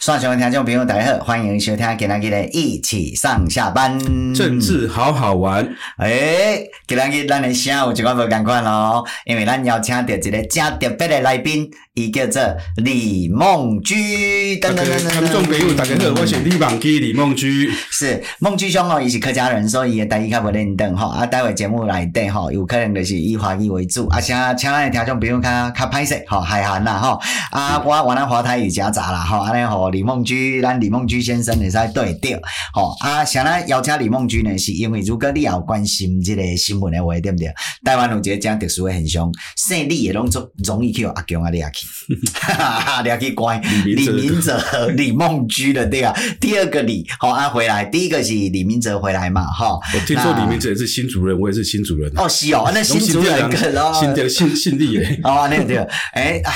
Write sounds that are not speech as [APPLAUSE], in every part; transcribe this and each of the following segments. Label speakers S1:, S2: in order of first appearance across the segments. S1: 上喜欢听众朋友大家好，欢迎收听今天的一起上下班。
S2: 政治好好玩，
S1: 诶，今日咱的声有一寡无共款咯，哦因为咱邀请到一个正特别的来宾，伊叫做李梦居。
S2: 大
S1: 噔
S2: 家
S1: 噔噔嗯噔噔
S2: 听众朋友大家好，我是李梦基李梦居，
S1: [LAUGHS] 是孟居兄哦，伊是客家人，所以伊的台语较无认同吼。啊，待会节目内底吼，有可能就是以华语为主，啊，请请咱的听众朋友较较歹势吼，海涵啦吼。啊，
S2: 嗯
S1: 我原来华台语夹杂啦吼，安尼吼李梦居，咱李梦居先生会使对调吼。啊，想咱邀请李梦居呢，是因为如果你也有关心即个新闻的话，对不对？台湾有一个这样特殊的现象，姓李也拢做容易去互阿强啊掠去， [LAUGHS] 哈哈哈，掠去关。
S2: 李明
S1: 李
S2: 哲
S1: 明哲、李梦居的对啊，第二个李好安、啊、回来，第一个是李明哲回来嘛哈。
S2: 我听说
S1: 那
S2: 李明哲也是新主任，我也是新主任，
S1: 哦是哦，那新主任跟哦，
S2: 新的新新立耶，
S1: 哦那对，哎啊。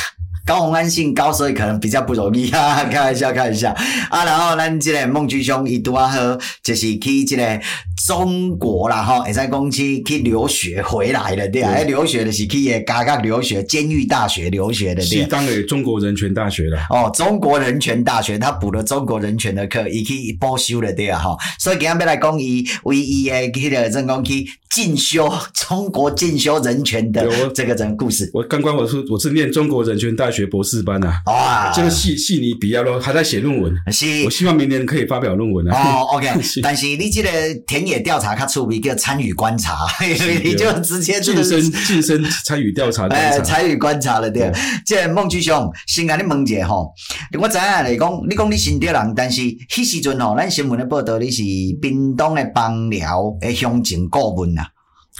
S1: 高红安姓高，所以可能比较不容易啊！ [LAUGHS] 开玩笑，开玩笑啊！然后咱这个孟居兄伊拄啊好，就是去这个中国啦吼，会使讲去去留学回来的对啊，
S2: 对
S1: 哎留学的是去个加港留学，监狱大学留学的 [LAUGHS] 对
S2: 西
S1: 啊。
S2: 当的中国人权大学啦，
S1: 哦，中国人权大学，他补了中国人权的课，伊去补修了对啊吼，所以今日要来讲伊为伊的迄个正讲去进修中国进修人权的
S2: 有
S1: 这个人故事
S2: 我刚刚我是我是念中国人权大学博士班啊，
S1: 哇，
S2: 这个系系尼比亚咯还在写论文，
S1: 是
S2: 我希望明年可以发表论文啊，
S1: 哦，OK，
S2: [LAUGHS] 是
S1: 但是你这个田野调查较趣味，叫参与观察， [LAUGHS] 你就直接这
S2: 晋
S1: 个
S2: 升晋升参与调查的
S1: 哎，
S2: 观察，
S1: 参与观察了对
S2: 嗯。
S1: 即个孟居兄，先甲你问者吼，我知影来讲，你讲你新竹人，但是迄时阵吼，咱新闻咧报道你是屏东的帮寮的乡情顾问呐，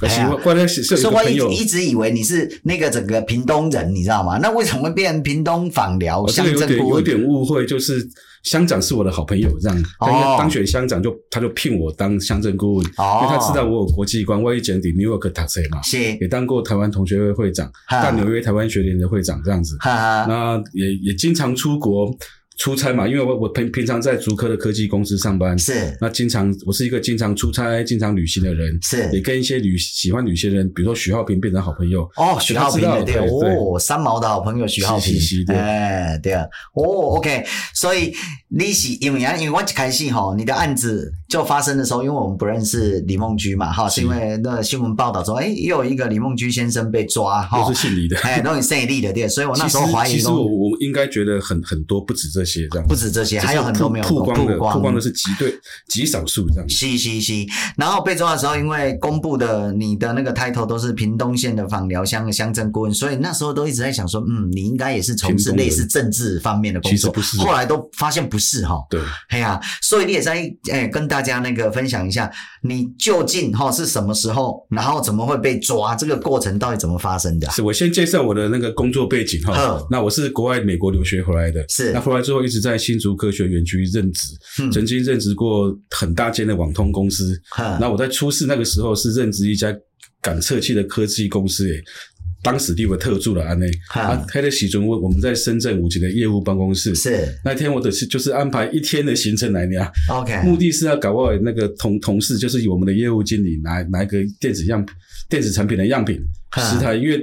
S2: 而且
S1: 哎呀
S2: 我关键是是有
S1: 所
S2: 一
S1: 以
S2: 个
S1: 我
S2: 朋
S1: 一
S2: 友
S1: 直。一直以为你是那个整个屏东人，你知道吗？那为什么会变屏东访寮
S2: 哦我这
S1: 哦乡
S2: 个有
S1: 镇
S2: 点
S1: 顾
S2: 有
S1: 问？
S2: 点误会，就是乡长是我的好朋友，这样，
S1: 哦
S2: 但是当选乡长就他就聘我当乡镇顾问，因为他知道我有国际观，我以前在 New York 读书嘛，
S1: 哦是，
S2: 也当过台湾同学会会长，
S1: 哈
S2: 大纽约台湾学联的会长这样子，
S1: 哈哈，
S2: 那也也经常出国出差嘛，因为我我平平常在竹科的科技公司上班，
S1: 是
S2: 那经常我是一个经常出差、经常旅行的人，也
S1: 是。
S2: 跟一些旅喜欢旅行的人，比如说许浩平变成好朋友，
S1: 哦，许浩平
S2: 他
S1: 的
S2: 知道
S1: 对
S2: 对对
S1: 哦，三毛的好朋友许浩平
S2: 是是是，对
S1: 哎对啊，哦 OK，所以你是因为啊，因为我一开始吼，你的案子就发生的时候，因为我们不认识李梦居嘛哈，是
S2: 是
S1: 因为那个新闻报道说，哎，又有一个李梦居先生被抓哈
S2: 都，是姓李的。
S1: 哎，都很胜利的对，所以我那时候怀疑
S2: 其实其实我
S1: 说
S2: 我应该觉得很很多不止这些这样，
S1: 不止这些，还有很多没有
S2: 曝光的，
S1: 曝
S2: 曝光
S1: 光
S2: 的是极对极少数这样。
S1: 是是是，然后被抓的时候，因为公布的你的那个 title 都是屏东县的访寮乡的乡镇顾问，所以那时候都一直在想说，嗯，你应该也是从事
S2: 屏东的
S1: 类似政治方面的工作
S2: 其实不是
S1: 后来都发现不是哈，
S2: 对，
S1: 哎呀、所以你也在哎、跟大家那个分享一下，你究竟哈是什么时候，然后怎么会被抓，这个过程到底怎么发生的啊、
S2: 是我先介绍我的那个工作背景哈
S1: 嗯。
S2: 那我是国外美国留学回来的，
S1: 是
S2: 那回来之后一直在新竹科学园区任职，
S1: 嗯
S2: 曾经任职过很大间的网通公司。
S1: 哼
S2: 那我在初四那个时候是任职一家感测器的科技公司诶。当时地位特助了安内，
S1: 嗯
S2: 啊，开的喜中我我们在深圳五级的业务办公室，
S1: 是
S2: 那天我的是就是安排一天的行程来聊，目
S1: OK，
S2: 的是要搞我那个同同事，就是我们的业务经理拿拿一个电子样电子产品的样品
S1: 哈
S2: 十台，因为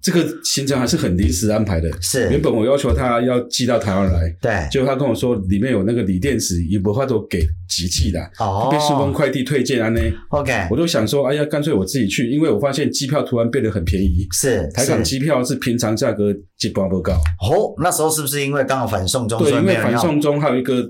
S2: 这个行程还是很临时安排的。原
S1: 是，
S2: 本我要求他要寄到台湾来，
S1: 对，
S2: 结果他跟我说里面有那个锂电池，也无法都给急寄的，被顺丰
S1: 哦
S2: 快递退件啊呢。
S1: ，OK，
S2: 我就想说，哎呀，干脆我自己去，因为我发现机票突然变得很便宜，
S1: 是
S2: 台港
S1: 是
S2: 机票是平常价格一半不高。
S1: 哦，那时候是不是因为刚好反送中，
S2: 对，
S1: 所以
S2: 因
S1: 没
S2: 为
S1: 有人
S2: 反
S1: 要
S2: 送中还有一个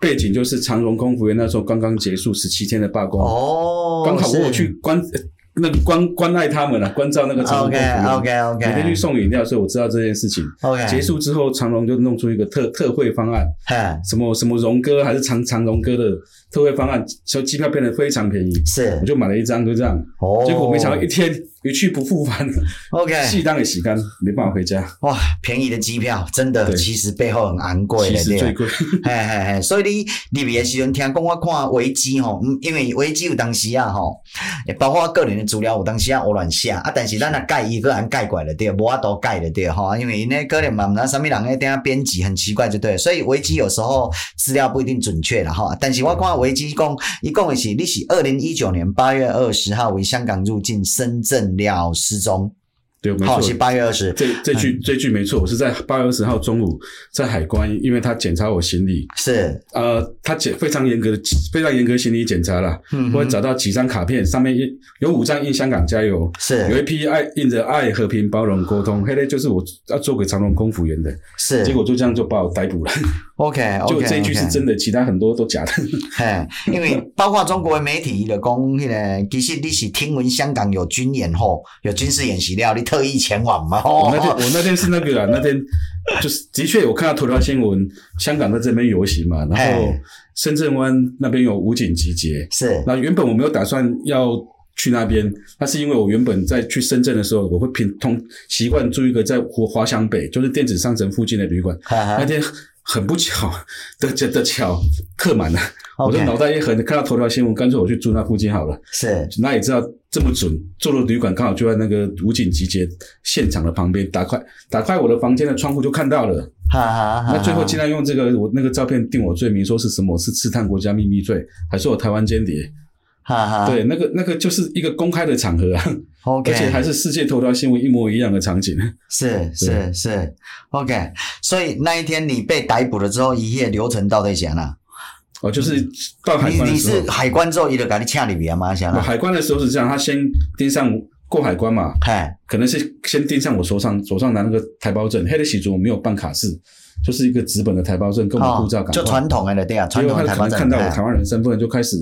S2: 背景，就是长荣空服员那时候刚刚结束十七天的罢工，
S1: 哦，
S2: 刚好我有
S1: 是
S2: 去关呃那个关关爱他们了、啊关照那个长荣空服
S1: OK
S2: 员
S1: OK
S2: 每天去
S1: OK
S2: 送饮料，所以我知道这件事情。
S1: OK
S2: 结束之后，长荣就弄出一个特特惠方案，
S1: 哼
S2: 什么什么荣哥还是长长荣哥的特惠方案，所以机票变得非常便宜，
S1: 是
S2: 我就买了一张，就这样。
S1: 哦，哎
S2: 结果没想到一天一去不复返，
S1: OK
S2: [LAUGHS] 戏当也洗干，没办法回家。
S1: 哇，便宜的机票真的
S2: 对
S1: 其实背后很昂贵
S2: 其
S1: 的，
S2: 实
S1: 对
S2: 最
S1: 啊。
S2: 贵， [LAUGHS]
S1: 嘿嘿嘿，所以你入去的时阵，听讲我看维基吼，嗯因为维基有当时啊吼，包括我个人的资料有当时啊胡乱写啊，但是咱若改伊个人改过来就对了，无法度改就对了吼，因为那可能嘛，毋知啥物人咧顶下编辑很奇怪就对了，所以维基有时候资料不一定准确啦吼，但是我看维基讲，伊讲的是你是二零一九年八月二十号为香港入境深圳了失踪。
S2: 对，没
S1: 好
S2: 错，
S1: 是八月二十，
S2: 这这
S1: 嗯
S2: 句这句没错，我是在八月二十号中午在海关，因为他检查我行李，
S1: 是，
S2: 呃，他检非常严格的非常严格的行李检查啦，
S1: 嗯
S2: 我
S1: 哼，
S2: 找到几张卡片，上面印有五张印香港加油，有
S1: 是
S2: 一批爱印着爱、和平、包容、沟通，黑嘞就是我要做给长隆空服员的，
S1: 是，
S2: 结果就这样就把我逮捕了。 [LAUGHS]
S1: OK
S2: 就
S1: OK，
S2: 这一句是真的，其他很多都假的。
S1: 嘿，因为包括中国的媒体就讲，迄个其实你是听闻香港有军演后，有军事演习了，你特意前往嘛？
S2: [LAUGHS] 我
S1: 哦
S2: 那天我那天是那个啦，那天就是的确我看到头条新闻，香港在这边游行嘛，然后
S1: 哎
S2: 深圳湾那边有武警集结，
S1: 是
S2: 那原本我没有打算要去那边，那是因为我原本在去深圳的时候，我会平通习惯住一个在华华强北，就是电子商城附近的旅馆。
S1: 哈哈
S2: 那天很不巧的 [LAUGHS] 的的巧客满了，我的
S1: ，OK，
S2: 脑袋一横，看到头条新闻，干脆我去住那附近好了。
S1: 是
S2: 那也知道这么准，住的旅馆刚好就在那个武警集结现场的旁边，打开打开我的房间的窗户就看到了。
S1: 哈哈哈。
S2: 那最后竟
S1: 来
S2: 然用这个我那个照片定我罪名，说是什么是刺探国家秘密罪，还说我台湾间谍。
S1: 哈哈，
S2: 对，那个那个就是一个公开的场合啊，而且
S1: 啊，OK，
S2: 还是世界头条新闻一模一样的场景。
S1: 是是是，OK。所以那一天你被逮捕了之后，一夜流程到底是安啦？
S2: 哦，就是到海
S1: 你
S2: 关的
S1: 嗯你
S2: 时候
S1: 是，海关之后，伊就给你请入去啊嘛，是安
S2: 哦
S1: 啦？
S2: 海关的时候是这样，他先盯上过海关嘛，
S1: 嘿，
S2: 可能是先盯上我手上手上拿那个台胞证，黑的喜族我没有办卡式，就是一个纸本的台胞证，跟我护照赶快
S1: 哦就传统的对啊，
S2: 结
S1: 传
S2: 果
S1: 统
S2: 他
S1: 的台
S2: 可
S1: 湾
S2: 能
S1: 证
S2: 看到我
S1: 嘿
S2: 台湾人身份，就开始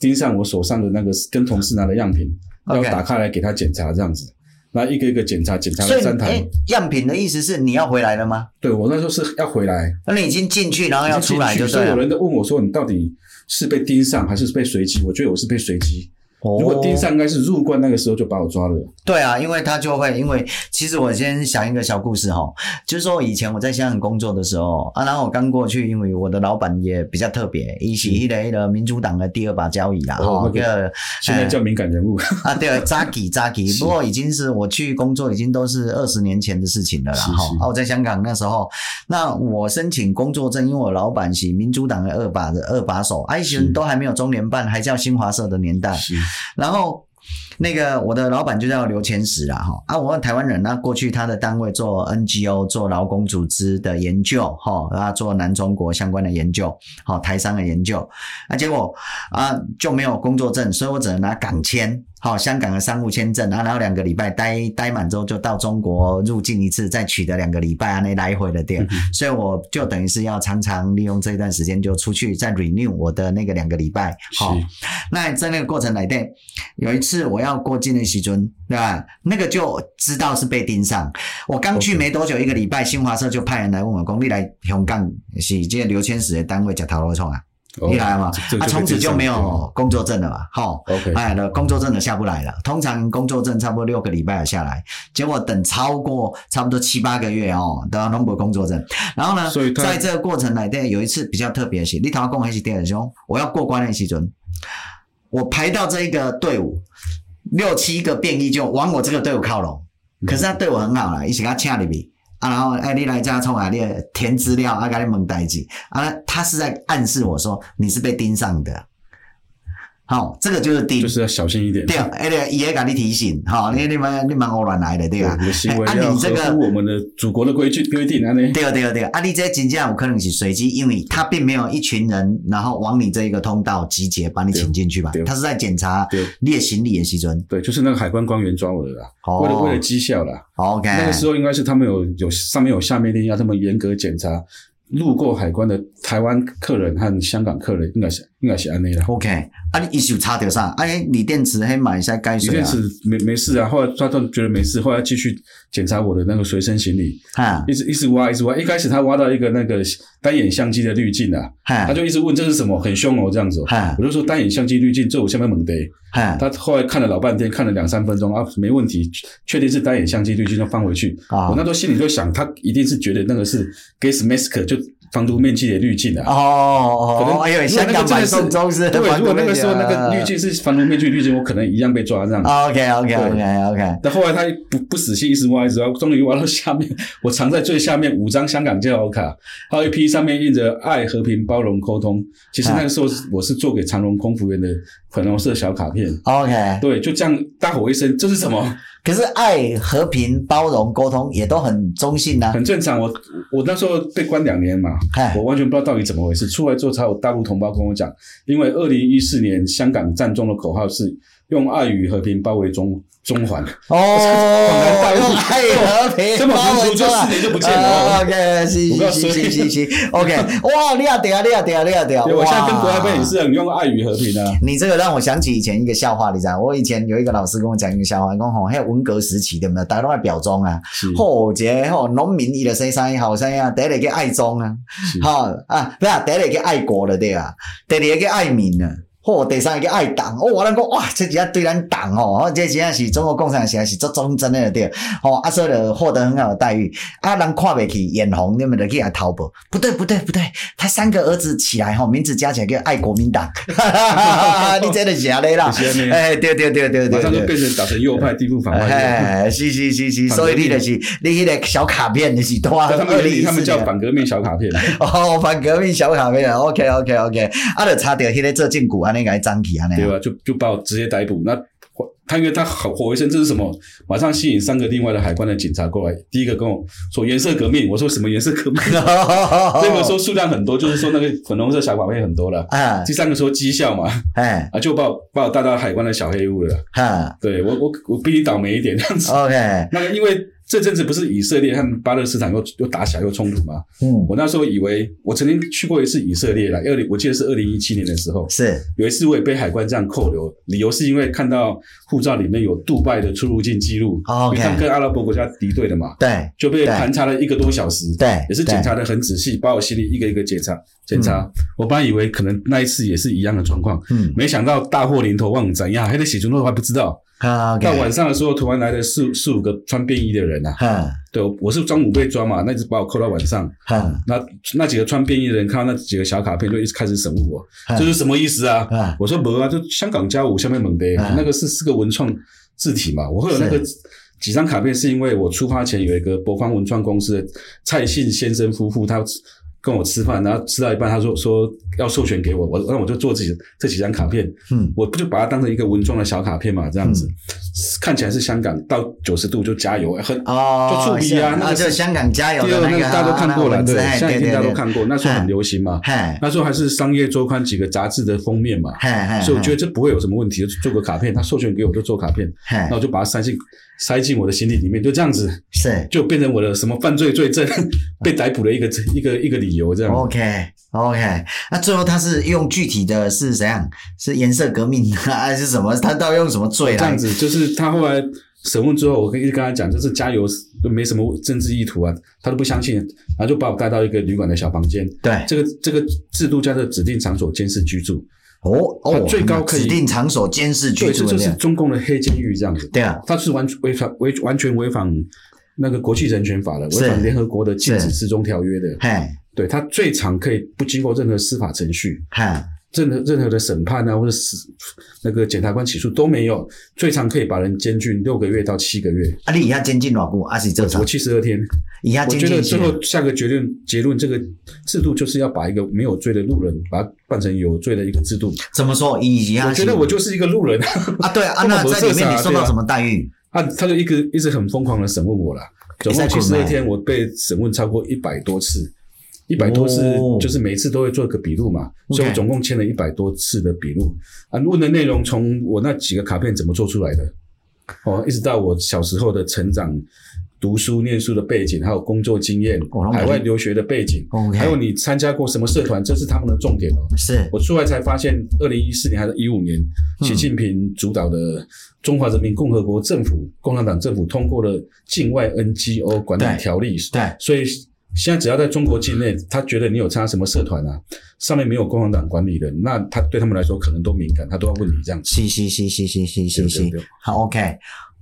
S2: 盯上我手上的那个跟同事拿的样品，要
S1: OK
S2: 打开来给他检查这样子。然后一个一个检查，检查
S1: 所以
S2: 了
S1: 哎
S2: 三台
S1: 诶。，样品的意思是你要回来了吗？
S2: 对我那时候是要回来，
S1: 那你已经进去，然后要出来就
S2: 所
S1: 对
S2: 以有
S1: 了。
S2: 人在问我说：“你到底是被盯上还是被随机？”我觉得我是被随机。
S1: 哦
S2: 如果盯上，应该是入关那个时候就把我抓了。
S1: 对啊，因为他就会，因为其实我先想一个小故事哈，就是说以前我在香港工作的时候啊，然后我刚过去，因为我的老板也比较特别，一起一个一个民主党的第二把交椅啦，啊
S2: 哦
S1: 哈、
S2: 那
S1: 一个
S2: 现在叫敏感人物，
S1: [LAUGHS] 啊，对，扎吉扎吉，
S2: 是
S1: 不过已经是我去工作已经都是二十年前的事情了啦。
S2: 是
S1: 哈
S2: 是，
S1: 啊，我在香港那时候，那我申请工作证，因为我老板是民主党的二把的二把手，埃及人
S2: 是
S1: 都还没有中联办，还叫新华社的年代。
S2: [LAUGHS] 是
S1: 然后那个我的老板就叫刘千石啦，哈啊，我台湾人那过去他的单位做 NGO 做劳工组织的研究，哈啊做南中国相关的研究，好台商的研究，啊结果啊就没有工作证，所以我只能拿港签。好，香港的商务签证啊，然后两个礼拜待待满之后，就到中国入境一次，再取得两个礼拜啊，那来回的店，所以我就等于是要常常利用这段时间就出去再 renew 我的那个两个礼拜，好，
S2: 是
S1: 那在那个过程来对，有一次我要过境的时阵，对吧？那个就知道是被盯上。我刚去
S2: OK
S1: 没多久，一个礼拜，新华社就派人来问我，讲你来香港是这个刘千石的单位吃头路创啊，
S2: 哦
S1: 你来嘛？啊，从此就没有工作证了嘛，吼。
S2: OK，
S1: 哎，了工作证的下不来了。通常工作证差不多六个礼拜下来，结果等超过差不多七八个月哦，都要弄不工作证。然后呢，
S2: 所以他
S1: 在这个过程来的有一次比较特别的是，你头跟我一起电兄，我要过关的时准，我排到这一个队伍，六七个便衣就往我这个队伍靠拢，
S2: 嗯
S1: 可是他对我很好啦，一起给他掐里边。啊，然后哎，你来家冲啊，你填资料啊，给你蒙代记啊，他是在暗示我说你是被盯上的。好、这个就是盯，
S2: 就是要小心一点。
S1: 对，哎对，伊会甲你提醒，吼、你你们你们胡乱来的对吧
S2: 我？们的行为
S1: 哎
S2: 要
S1: 啊，你这
S2: 合
S1: 个
S2: 乎我们的祖国的规矩规定啊，呢。
S1: 对对对，啊，你这真正有可能是随机，因为他并没有一群人，然后往你这一个通道集结把你请进去吧
S2: 对，对
S1: 他是在检查
S2: 对
S1: 你的行李的时阵。
S2: 对，就是那个海关官员抓我的啦，
S1: 哦哎
S2: 为了为了绩效啦。
S1: ，OK，
S2: 那个时候应该是他们有有上面有下命令要他们严格检查路过海关的台湾客人和香港客人，应该是应该是安内啦。
S1: OK，啊，你一手查到啥？啊，迄锂电池迄买一下该
S2: 李
S1: 水
S2: 天
S1: 啊，
S2: 池没没事啊，后来他他觉得没事，后来继续检查我的那个随身行李，
S1: 哈
S2: 一直一直挖一直挖，一开始他挖到一个那个单眼相机的滤镜啊，他
S1: 哈
S2: 就一直问这是什么，很凶哦这样子哦、
S1: 哈
S2: 我就说单眼相机滤镜，这我下面猛得。
S1: 哈，
S2: 他后来看了老半天，看了两三分钟啊，没问题，确定是单眼相机滤镜，就放回去。
S1: 啊
S2: 我那时候心里就想，他一定是觉得那个是 gas mask，就防毒面具的滤镜
S1: 哦
S2: 啊。可
S1: 哦
S2: 能
S1: 哦，哎呦，
S2: 如果
S1: 香
S2: 那
S1: 港
S2: 个真
S1: 版
S2: 的是
S1: 送中是
S2: 对，
S1: 蛮
S2: 如果
S1: 多
S2: 那个时候那个滤镜是防毒面具滤镜，我可能一样被抓这样。
S1: ，OK OK OK OK，
S2: 但后来他不不死心，一直挖一直挖，终于挖到下面，我藏在最下面五张香港交友卡，还有一批上面印着“爱、和平、包容、沟通”。其实那个时候是我是做给长荣空服员的粉红色小卡片。
S1: OK，
S2: 对，就这样大吼一声，这是什么？
S1: 可是爱、和平、包容、沟通也都很中性呐、
S2: 很正常。我我那时候被关两年嘛，
S1: 嗨
S2: 我完全不知道到底怎么回事。出来之后才有大陆同胞跟我讲，因为二零一四年香港战中的口号是用爱与和平包围中中环，
S1: 哦，
S2: 很难带入
S1: 用爱和平
S2: 这么
S1: 包
S2: 糊
S1: 围
S2: 涂就
S1: 中啊
S2: 四年就不见了哦。
S1: 哦 OK，是
S2: 我不要
S1: 是
S2: 说
S1: 是是是是，OK，哇，厉害屌，厉害屌，厉害屌！
S2: 对，我现在跟国台
S1: 哇
S2: 办也是很用爱与和平啊。
S1: 你这个让我想起以前一个笑话，你知道？我以前有一个老师跟我讲一个笑话，讲吼，还有文革时期对不对？大家都在表忠啊，
S2: 是
S1: 吼，一个吼农民伊就生生意好生意啊，第一个叫爱忠啊，
S2: 是
S1: 吼啊，不是啊，第一个叫爱国了对啊，第二个叫爱民啊。吼，第三个叫爱党，哦，我咱讲哇，这真正对咱党哦，这真正是中国共产党实在是足忠贞的对了，吼、啊，所以就获得很好的待遇，啊，人看不起眼红，你们就去给他淘宝，不对不对不对，他三个儿子起来吼，名字加起来叫爱国民党， [LAUGHS] 你真的是安尼啦
S2: 就， [LAUGHS] 是这样
S1: 哎，对对对对
S2: 马
S1: 对
S2: 上就
S1: 对。
S2: 变成打成右派地步反外。
S1: 哎，是是是是，
S2: 反
S1: 所以你
S2: 革
S1: 就
S2: 命
S1: 是你迄个小卡片，就是多啊，
S2: 在他们
S1: 二
S2: 眼
S1: 零
S2: 里，
S1: 一
S2: 他
S1: 四
S2: 们叫
S1: 年
S2: 反革命小卡片。
S1: 哦，反革命小卡片，OK OK OK，啊，就查到迄个做禁股，安尼给伊张起安尼啊
S2: 对，吧？就就把我直接逮捕。那他因为他吼吼一声，这是什么？马上吸引三个另外的海关的警察过来。第一个跟我说颜色革命，我说什么颜色革命？
S1: [LAUGHS] 哦
S2: 第啊二个说数量很多，就是说那个粉红色小卡片很多了。
S1: 啊，
S2: 第三个说绩效嘛，
S1: 哎
S2: 啊，就把我把我带到海关的小黑屋了。
S1: 哈
S2: 对我我我比你倒霉一点这样子。
S1: ，OK，
S2: 那个因为这阵子不是以色列和巴勒斯坦又又打起来又冲突嘛，
S1: 嗯，
S2: 我那时候以为我曾经去过一次以色列了，二零我记得是二零一七年的时候，
S1: 是
S2: 有一次我也被海关这样扣留，理由是因为看到护照里面有杜拜的出入境记录，
S1: 哦
S2: 因
S1: OK
S2: 为他们跟阿拉伯国家敌对的嘛，
S1: 对
S2: 就被盘查了一个多小时。
S1: 对，
S2: 也是
S1: 对
S2: 检查的很仔细，把我行李一个一个检查检查。我本来以为可能那一次也是一样的状况，
S1: 嗯
S2: 没想到大祸临头，忘怎样，还在写中都还不知道。
S1: 啊
S2: 到
S1: ，OK，
S2: 晚上的时候，突然来了四四五个穿便衣的人啊，
S1: 哈
S2: 对，我是中午被抓嘛，那一直把我扣到晚上。
S1: 哈
S2: 那那几个穿便衣的人看到那几个小卡片，就一直开始审问我
S1: 嗯，
S2: 这是什么意思啊？
S1: 哈，
S2: 我说没啊，就香港加五下面猛的、
S1: 嗯
S2: 那个是四个文创字体嘛，我会有那个几张卡片，是因为我出发前有一个博方文创公司的蔡姓先生夫妇，他跟我吃饭，然后吃到一半，他说说要授权给我，我那我就做自己这几张卡片，
S1: 嗯
S2: 我不就把它当成一个文创的小卡片嘛，这样子、看起来是香港到九十度就加油，很
S1: 哦，
S2: 就触鼻啊
S1: 是
S2: 那
S1: 啊，
S2: 个
S1: 就是香港加油
S2: 第
S1: 的
S2: 二
S1: 那
S2: 那
S1: 个
S2: 个
S1: 啊，
S2: 大家都看过了，
S1: 那个文字
S2: 对，
S1: 哎
S2: 现在一定
S1: 对
S2: 大家
S1: 对哎
S2: 都看过，那时候很流行嘛，
S1: 嘿，
S2: 那时候还是商业周刊几个杂志的封面嘛，
S1: 嘿嘿，
S2: 所以我觉得这不会有什么问题，就做个卡片，他授权给我就做卡片，
S1: 嘿，
S2: 那
S1: 嘿
S2: 我就把它塞进塞进我的行李里面，就这样子
S1: 是
S2: 就变成我的什么犯罪罪证
S1: 嗯
S2: 被逮捕的一个一个一个理由这样。
S1: 哦 OK OK。那最后他是用具体的是怎样？是颜色革命啊还是什么？他到底用什么罪
S2: 这
S1: 来
S2: 样？子就是他后来审问之后，我跟一直跟他讲，就是加油就没什么政治意图啊，他都不相信，然后就把我带到一个旅馆的小房间，
S1: 对，
S2: 这个这个制度叫做指定场所监视居住，
S1: 哦
S2: 它
S1: 哦，
S2: 最高可以
S1: 指定场所监视居
S2: 对，这
S1: 住的
S2: 就
S1: 这
S2: 是
S1: 样，
S2: 中共的黑监狱这样子。
S1: 对啊，
S2: 他是完全违反违完全违反那个国际人权法的，
S1: 是
S2: 违反联合国的禁止
S1: 是
S2: 失踪条约的。
S1: 嘿
S2: 对他最长可以不经过任何司法程序，
S1: 嘿，
S2: 任何任何的审判啊，或者是那个检察官起诉都没有，最长可以把人监禁六个月到七个月。
S1: 啊，你以下监禁偌久？啊是这
S2: 我
S1: 场，
S2: 七十二天，
S1: 以下
S2: 我
S1: 监
S2: 觉
S1: 禁
S2: 得
S1: 是
S2: 最后下个结论结论，这个制度就是要把一个没有罪的路人，把它办成有罪的一个制度。
S1: 怎么说？以下
S2: 我觉得我就是一个路人
S1: 啊，对啊，
S2: 这么
S1: 那在里
S2: 合适
S1: 面
S2: 啊
S1: 你受
S2: 对
S1: 到
S2: 啊
S1: 什么待遇？
S2: 啊，他就一个一直很疯狂的审问我啦，总共
S1: 在
S2: 七
S1: 捆
S2: 十
S1: 吗
S2: 二天，我被审问超过一百多次，一百多次
S1: 哦
S2: 就是每次都会做个笔录嘛，
S1: OK
S2: 所以我总共签了一百多次的笔录啊。问的内容从我那几个卡片怎么做出来的，哦，一直到我小时候的成长、读书、念书的背景，还有工作经验
S1: 哦那我、
S2: 海外留学的背景，
S1: OK
S2: 还有你参加过什么社团，这是他们的重点哦。
S1: 是
S2: 我出来才发现，二零一四年还是一五年，
S1: 嗯
S2: 习近平主导的中华人民共和国政府、共产党政府通过了《境外 NGO 管
S1: 对
S2: 理条例》，
S1: 对
S2: 所以现在只要在中国境内，他觉得你有参加什么社团啊，上面没有共产党管理的，那他对他们来说可能都敏感，他都要问你这样子。
S1: 是是是是是是是
S2: 对
S1: 是
S2: 不，对
S1: 好 OK。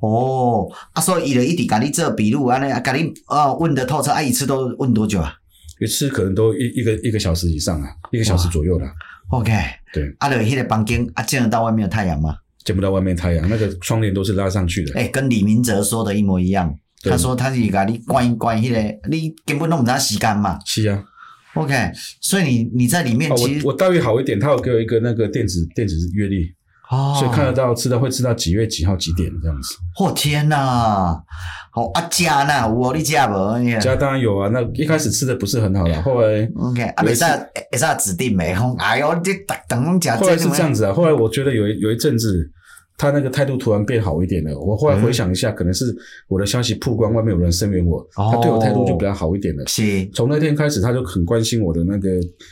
S1: 哦，啊，所以伊就一直甲你做笔录，安尼啊，甲你呃问的透彻，啊，一次都问多久啊
S2: 一次可能都一一个一个小时以上啊，一个小时左右啦。
S1: ？OK，
S2: 对，
S1: 啊，就迄个房间啊，见得到外面的太阳吗？
S2: 见不到外面太阳，那个窗帘都是拉上去的。
S1: 哎、跟李明哲说的一模一样，
S2: 对
S1: 他说他是甲你关一关迄、个，你根本弄唔知道时间嘛。
S2: 是啊，
S1: OK，所以你你在里面
S2: 哦，
S1: 其实
S2: 我我待遇好一点，他有给我一个那个电子电子阅历，
S1: 哦，
S2: 所以看得到吃到会吃到几月几号几点这样子。
S1: 哦天哪、哦啊加呐，有哦你加无？你看
S2: 家当然有啊，那一开始吃的不是很好
S1: 哎
S2: 啦，后来
S1: OK，啊，
S2: 类
S1: 袂
S2: 似
S1: 使会使指定袂吼，哎哟，你逐顿拢食
S2: 后来是这样子啊，后来我觉得有一有一阵子。他那个态度突然变好一点了。我后来回想一下，可能是我的消息曝光，外面有人声援我，
S1: 哦
S2: 他对我态度就比较好一点了。
S1: 是
S2: 从那天开始，他就很关心我的那个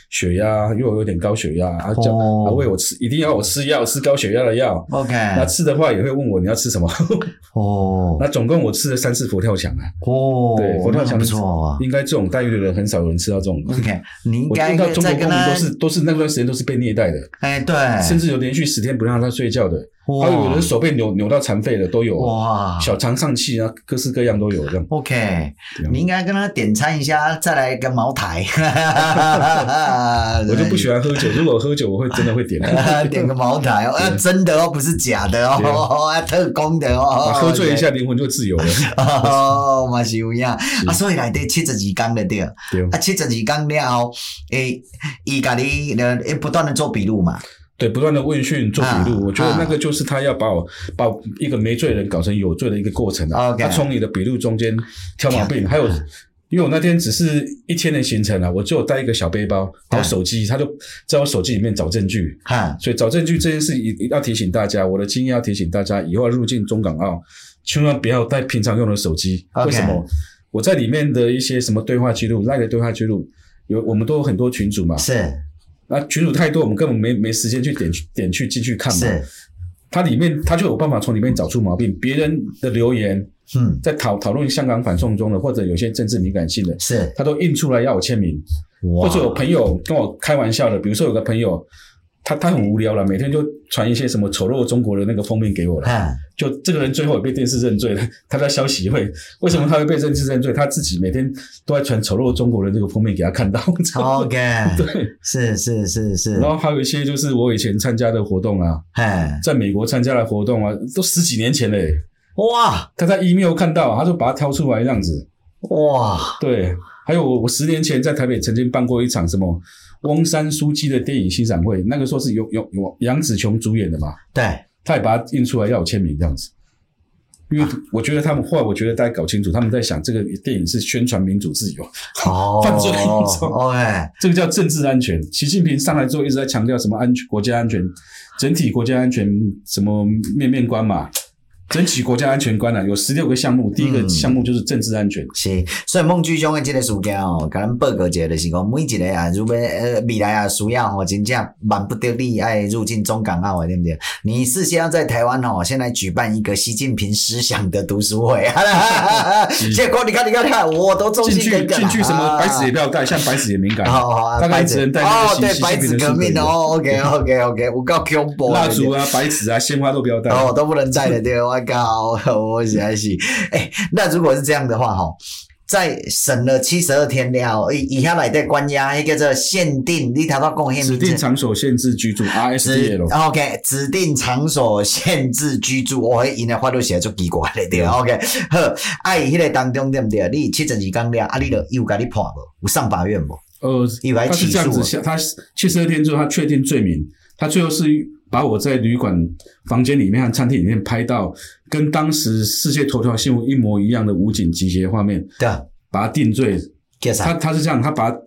S2: 血压，因为我有点高血压，他叫、
S1: 哦
S2: 他喂啊我吃，一定要我吃药，吃高血压的药。
S1: OK，
S2: 那吃的话也会问我你要吃什么。 [LAUGHS]
S1: 哦
S2: 那总共我吃了三次佛跳墙啊，
S1: 哦，
S2: 对，佛跳
S1: 那很
S2: 墙
S1: 不错啊。
S2: 应该这种待遇的人很少有人吃到这种的。
S1: OK，你应
S2: 我
S1: 该
S2: 听到中国
S1: 再跟
S2: 公民
S1: 他
S2: 都是都是那段时间都是被虐待的，
S1: 哎对，
S2: 甚至有连续十天不让他睡觉的，还有有
S1: 哇
S2: 人手被扭扭到残废了都有，
S1: 哇
S2: 小肠上气啊，各式各样都有这样。
S1: ，OK，
S2: 这样
S1: 你应该跟他点餐一下，再来一个茅台，
S2: [LAUGHS] 我就不喜欢喝
S1: [LAUGHS]
S2: 酒，如果喝酒我会真的会点。
S1: 点个茅台哦，啊，真的哦，不是假的哦，啊，特工的哦
S2: [LAUGHS] 啊，，喝醉一下，灵魂就自由了。
S1: [LAUGHS] 哦，嘛是有影啊，所以内底七十二天了对，啊，
S2: 对
S1: 七十二天了后，诶，伊甲你呃不断的做笔录嘛，
S2: 对，不断的问讯做笔
S1: 啊
S2: 录，我觉得那
S1: 啊
S2: 个就是他要把我把一个没罪人搞成有罪的一个过程啊。
S1: OK 啊
S2: 他从你的笔录中间挑毛病，还有。因为我那天只是一天的行程啊，我只有带一个小背包，还
S1: 啊
S2: 有手机，他就在我手机里面找证据，
S1: 哈，
S2: 所以找证据这件事一一定要提醒大家，我的经验要提醒大家，以后要入境中港澳，千万不要带平常用的手机。
S1: OK
S2: 为什么？我在里面的一些什么对话记录、赖的对话记录，有我们都有很多群组嘛，
S1: 是
S2: 那啊群主太多，我们根本没没时间去点去点去进去看嘛。
S1: 是，
S2: 它里面它就有办法从里面找出毛病，别人的留言
S1: 嗯，
S2: 在讨讨论香港反送中的，或者有些政治敏感性的，
S1: 是，
S2: 他都印出来要我签名，
S1: 哇
S2: 或者有朋友跟我开玩笑的，比如说有个朋友。他他很无聊了，每天就传一些什么丑陋中国的那个封面给我了。
S1: 哈，
S2: 就这个人最后也被电视认罪了，他叫消息会。为什么他会被电视认罪？他自己每天都在传丑陋中国的这个封面给他看到。 [LAUGHS]
S1: OK，
S2: 对，
S1: 是是是是
S2: 然，后还有一些就是我以前参加的活动啊，
S1: 嘿，
S2: 在美国参加的活动啊，都十几年前嘞、
S1: 哇
S2: 他在 email 看到，他就把它挑出来这样子。
S1: 哇，
S2: 对，还有我我十年前在台北曾经办过一场什么翁山书记的电影欣赏会，那个时候是有有有杨紫琼主演的嘛，
S1: 对，
S2: 他也把它印出来要我签名这样子。因为我觉得他们后来，我觉得大家搞清楚，他们在想这个电影是宣传民主自由，
S1: 哦，
S2: 犯罪那种
S1: ，OK，
S2: 这个叫政治安全。习近平上来之后一直在强调什么安全、国家安全、整体国家安全什么面面观嘛，整体国家安全观啊，有十六个项目，第一个
S1: 嗯
S2: 项目就是政治安全。
S1: 是，所以孟巨兄的这个事件哦，甲咱报告一下，就是讲每一个啊，如果呃未来啊需要哦，真正万不得已爱入境中港澳的，对不对？你事先要在台湾哦，先来举办一个习近平思想的读书会，结果你看，你看，你看，我都忠
S2: 进
S1: 心
S2: 去
S1: 耿耿啊
S2: 进去什么白纸也不要带，像白纸也敏感，
S1: 好好好，
S2: 大概
S1: 白纸
S2: 只能带那个
S1: 哦，
S2: 习
S1: 对，
S2: 习
S1: 白
S2: 近平
S1: 纸
S2: 的
S1: 革
S2: 书
S1: 命
S2: 本
S1: 哦，OK，OK，OK，有够恐怖的
S2: 蜡烛啊、白纸啊、鲜花都不要带。
S1: 哦，都不能带的，对，我靠，我实在是，哎、那如果是这样的话，哈，在审了七十二天了，以以下来的关押，一个叫做限定，你头到贡献
S2: 指定场所限制居住 （RSDL）。
S1: OK，指定场所限制居住，我会因的法律写足奇怪的对
S2: 对
S1: ，OK，好，啊，伊迄个当中对不对？你七十二天了，啊，你就有甲你判无？有上法院无？
S2: 呃，
S1: 以为
S2: 他是
S1: 起
S2: 这样
S1: 诉
S2: 子，下他七十二天之后，他确定罪名，他最后是把我在旅馆房间里面和餐厅里面拍到跟当时世界头条新闻一模一样的武警集结画面，
S1: 对，
S2: 把他定罪。
S1: 叫
S2: 他
S1: 啥？
S2: 他是这样，他把他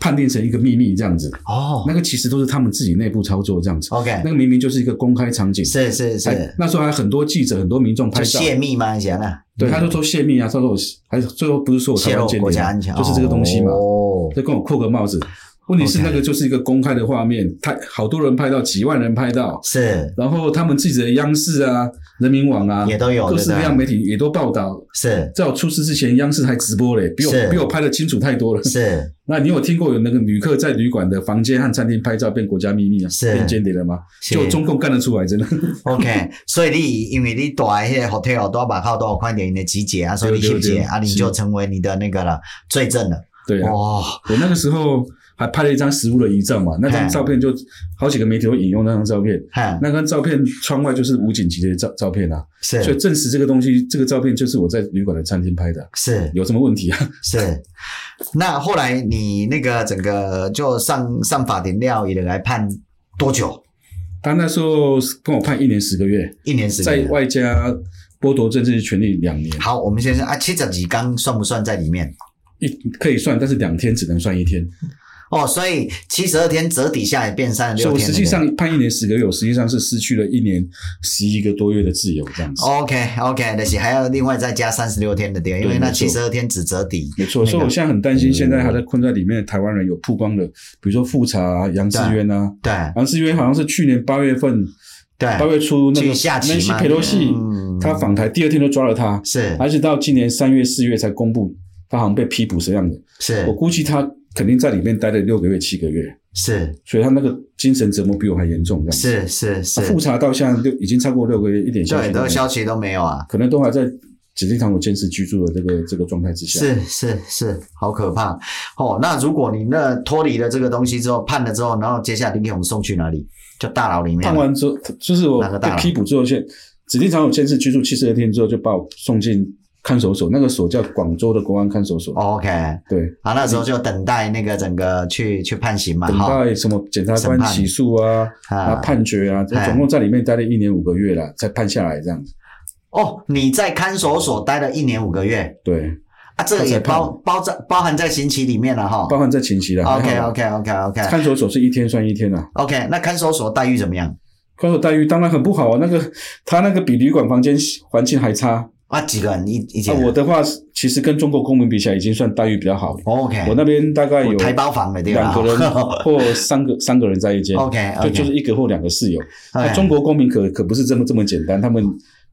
S2: 判定成一个秘密这样子，
S1: 哦
S2: 那个其实都是他们自己内部操作这样子。
S1: ，OK，
S2: 那个明明就是一个公开场景，
S1: 是是
S2: 还
S1: 是，
S2: 那时候还很多记者、很多民众拍
S1: 就
S2: 照，
S1: 泄密吗？是啊，
S2: 对，他就说泄密啊，他说我还最后不是说我
S1: 泄
S2: 台
S1: 露
S2: 湾间谍
S1: 国家安全，
S2: 啊就是这个东西嘛，
S1: 哦
S2: 就跟我扣个帽子。问题是
S1: OK
S2: 那个就是一个公开的画面，太好多人拍到，几万人拍到，
S1: 是
S2: 然后他们自己的央视啊、人民网啊，
S1: 也都有，
S2: 各式
S1: 对
S2: 各
S1: 不对
S2: 样媒体也都报道。
S1: 是
S2: 在我出事之前，央视还直播嘞，比我
S1: 是
S2: 比我拍的清楚太多了。
S1: 是
S2: [LAUGHS] 那你有听过有那个旅客在旅馆的房间和餐厅拍照变国家秘密啊，
S1: 是
S2: 变间谍了吗？
S1: 是
S2: 就中共干得出来，真
S1: [LAUGHS]
S2: 的。[LAUGHS]
S1: OK，所以你因为你住在迄个 hotel 多把靠多少看点你的集结啊，所以你
S2: 对
S1: 集
S2: 对
S1: 结
S2: 对
S1: 啊，你
S2: 是
S1: 就成为你的那个了罪证了。
S2: 对啊，
S1: 哇，
S2: 我那个时候还拍了一张实物的遗照嘛，那张照片就好几个媒体会引用那张照片。
S1: 哈，
S2: 那张照片窗外就是武警集的照照片啊，所以
S1: 是
S2: 证实这个东西，这个照片就是我在旅馆的餐厅拍的，啊
S1: 是
S2: 有什么问题啊？
S1: 是。那后来你那个整个就上上法庭料，也来判多久？
S2: 他那时候跟我判一年十个月，
S1: 一年时
S2: 在
S1: 间。
S2: 外加剥夺政治权利两年，
S1: 好，我们先生啊，七十几缸算不算在里面？
S2: 一可以算，但是两天只能算一天。
S1: 哦，所以七十二天折抵下来变三十
S2: 所
S1: 六
S2: 以我
S1: 天
S2: 实
S1: 了。
S2: 际上判一年十个月，我实际上是失去了一年十一个多月的自由，这
S1: 哦
S2: 样子。
S1: OK OK，但是还要另外再加三十六天的点，因为那
S2: 没错
S1: 七十二天只折抵。
S2: 没错，
S1: 那个
S2: 所以我现在很担心，现在还在困在里面的台湾人有曝光的，比如说富察啊、杨志渊啊，
S1: 对
S2: 杨志渊好像是去年八月份，
S1: 对，
S2: 八月初那个
S1: 哎去下棋
S2: Nancy
S1: 嘛
S2: Pelosi
S1: 嗯
S2: 他访台第二天就抓了他，
S1: 是
S2: 而且到今年三月、四月才公布他好像被批捕是这样的。
S1: 是
S2: 我估计他肯定在里面待了六个月、七个月，
S1: 是
S2: 所以他那个精神折磨比我还严重。这样
S1: 是
S2: 子，
S1: 是是
S2: 啊，复查到现在六已经超过六个月，一点
S1: 就
S2: 消息
S1: 很
S2: 都
S1: 多
S2: 没有，
S1: 消息都没有啊。
S2: 可能都还在指定堂所监视居住的这个这个状态之下。
S1: 是是是，好可怕哦！那如果你那脱离了这个东西之后，判了之后，然后接下来林勇送去哪里？就大牢里面
S2: 判
S1: 了。
S2: 完之后，就是我
S1: 哪个
S2: 被
S1: 大佬
S2: 批捕之后，现指定场所监视居住七十二天之后，就把我送进看守所，那个所叫广州的公安看守所。
S1: 哦 OK，
S2: 对，
S1: 啊，那时候就等待那个整个去去判刑嘛，
S2: 等
S1: 哈，
S2: 待什么检察
S1: 审
S2: 官
S1: 判
S2: 起诉啊，啊
S1: 啊，
S2: 判决啊，
S1: 哎
S2: 总共在里面待了一年五个月了，才判下来这样子。
S1: 哦，你在看守所待了一年五个月
S2: 对，
S1: 啊，这个
S2: 他才
S1: 也
S2: 判
S1: 包包在包含在刑期里面了哈。
S2: 包含在前期了。
S1: 哦 OK
S2: 还好啦
S1: OK OK OK
S2: 看守所是一天算一天啊。
S1: OK，那看守所待遇怎么样
S2: 看守待遇当然很不好啊，那个他那个比旅馆房间环境还差。
S1: 啊？几个人一一
S2: 啊
S1: 间、，
S2: 我的话其实跟中国公民比起来，已经算待遇比较好了。
S1: OK，
S2: 我那边大概有
S1: 台包房的对吧？
S2: 两
S1: [LAUGHS]
S2: 个人或三个三个人在一间，
S1: OK
S2: 就
S1: OK，
S2: 就是一个或两个室友。那
S1: OK
S2: 中国公民可可不是这么这么简单，他们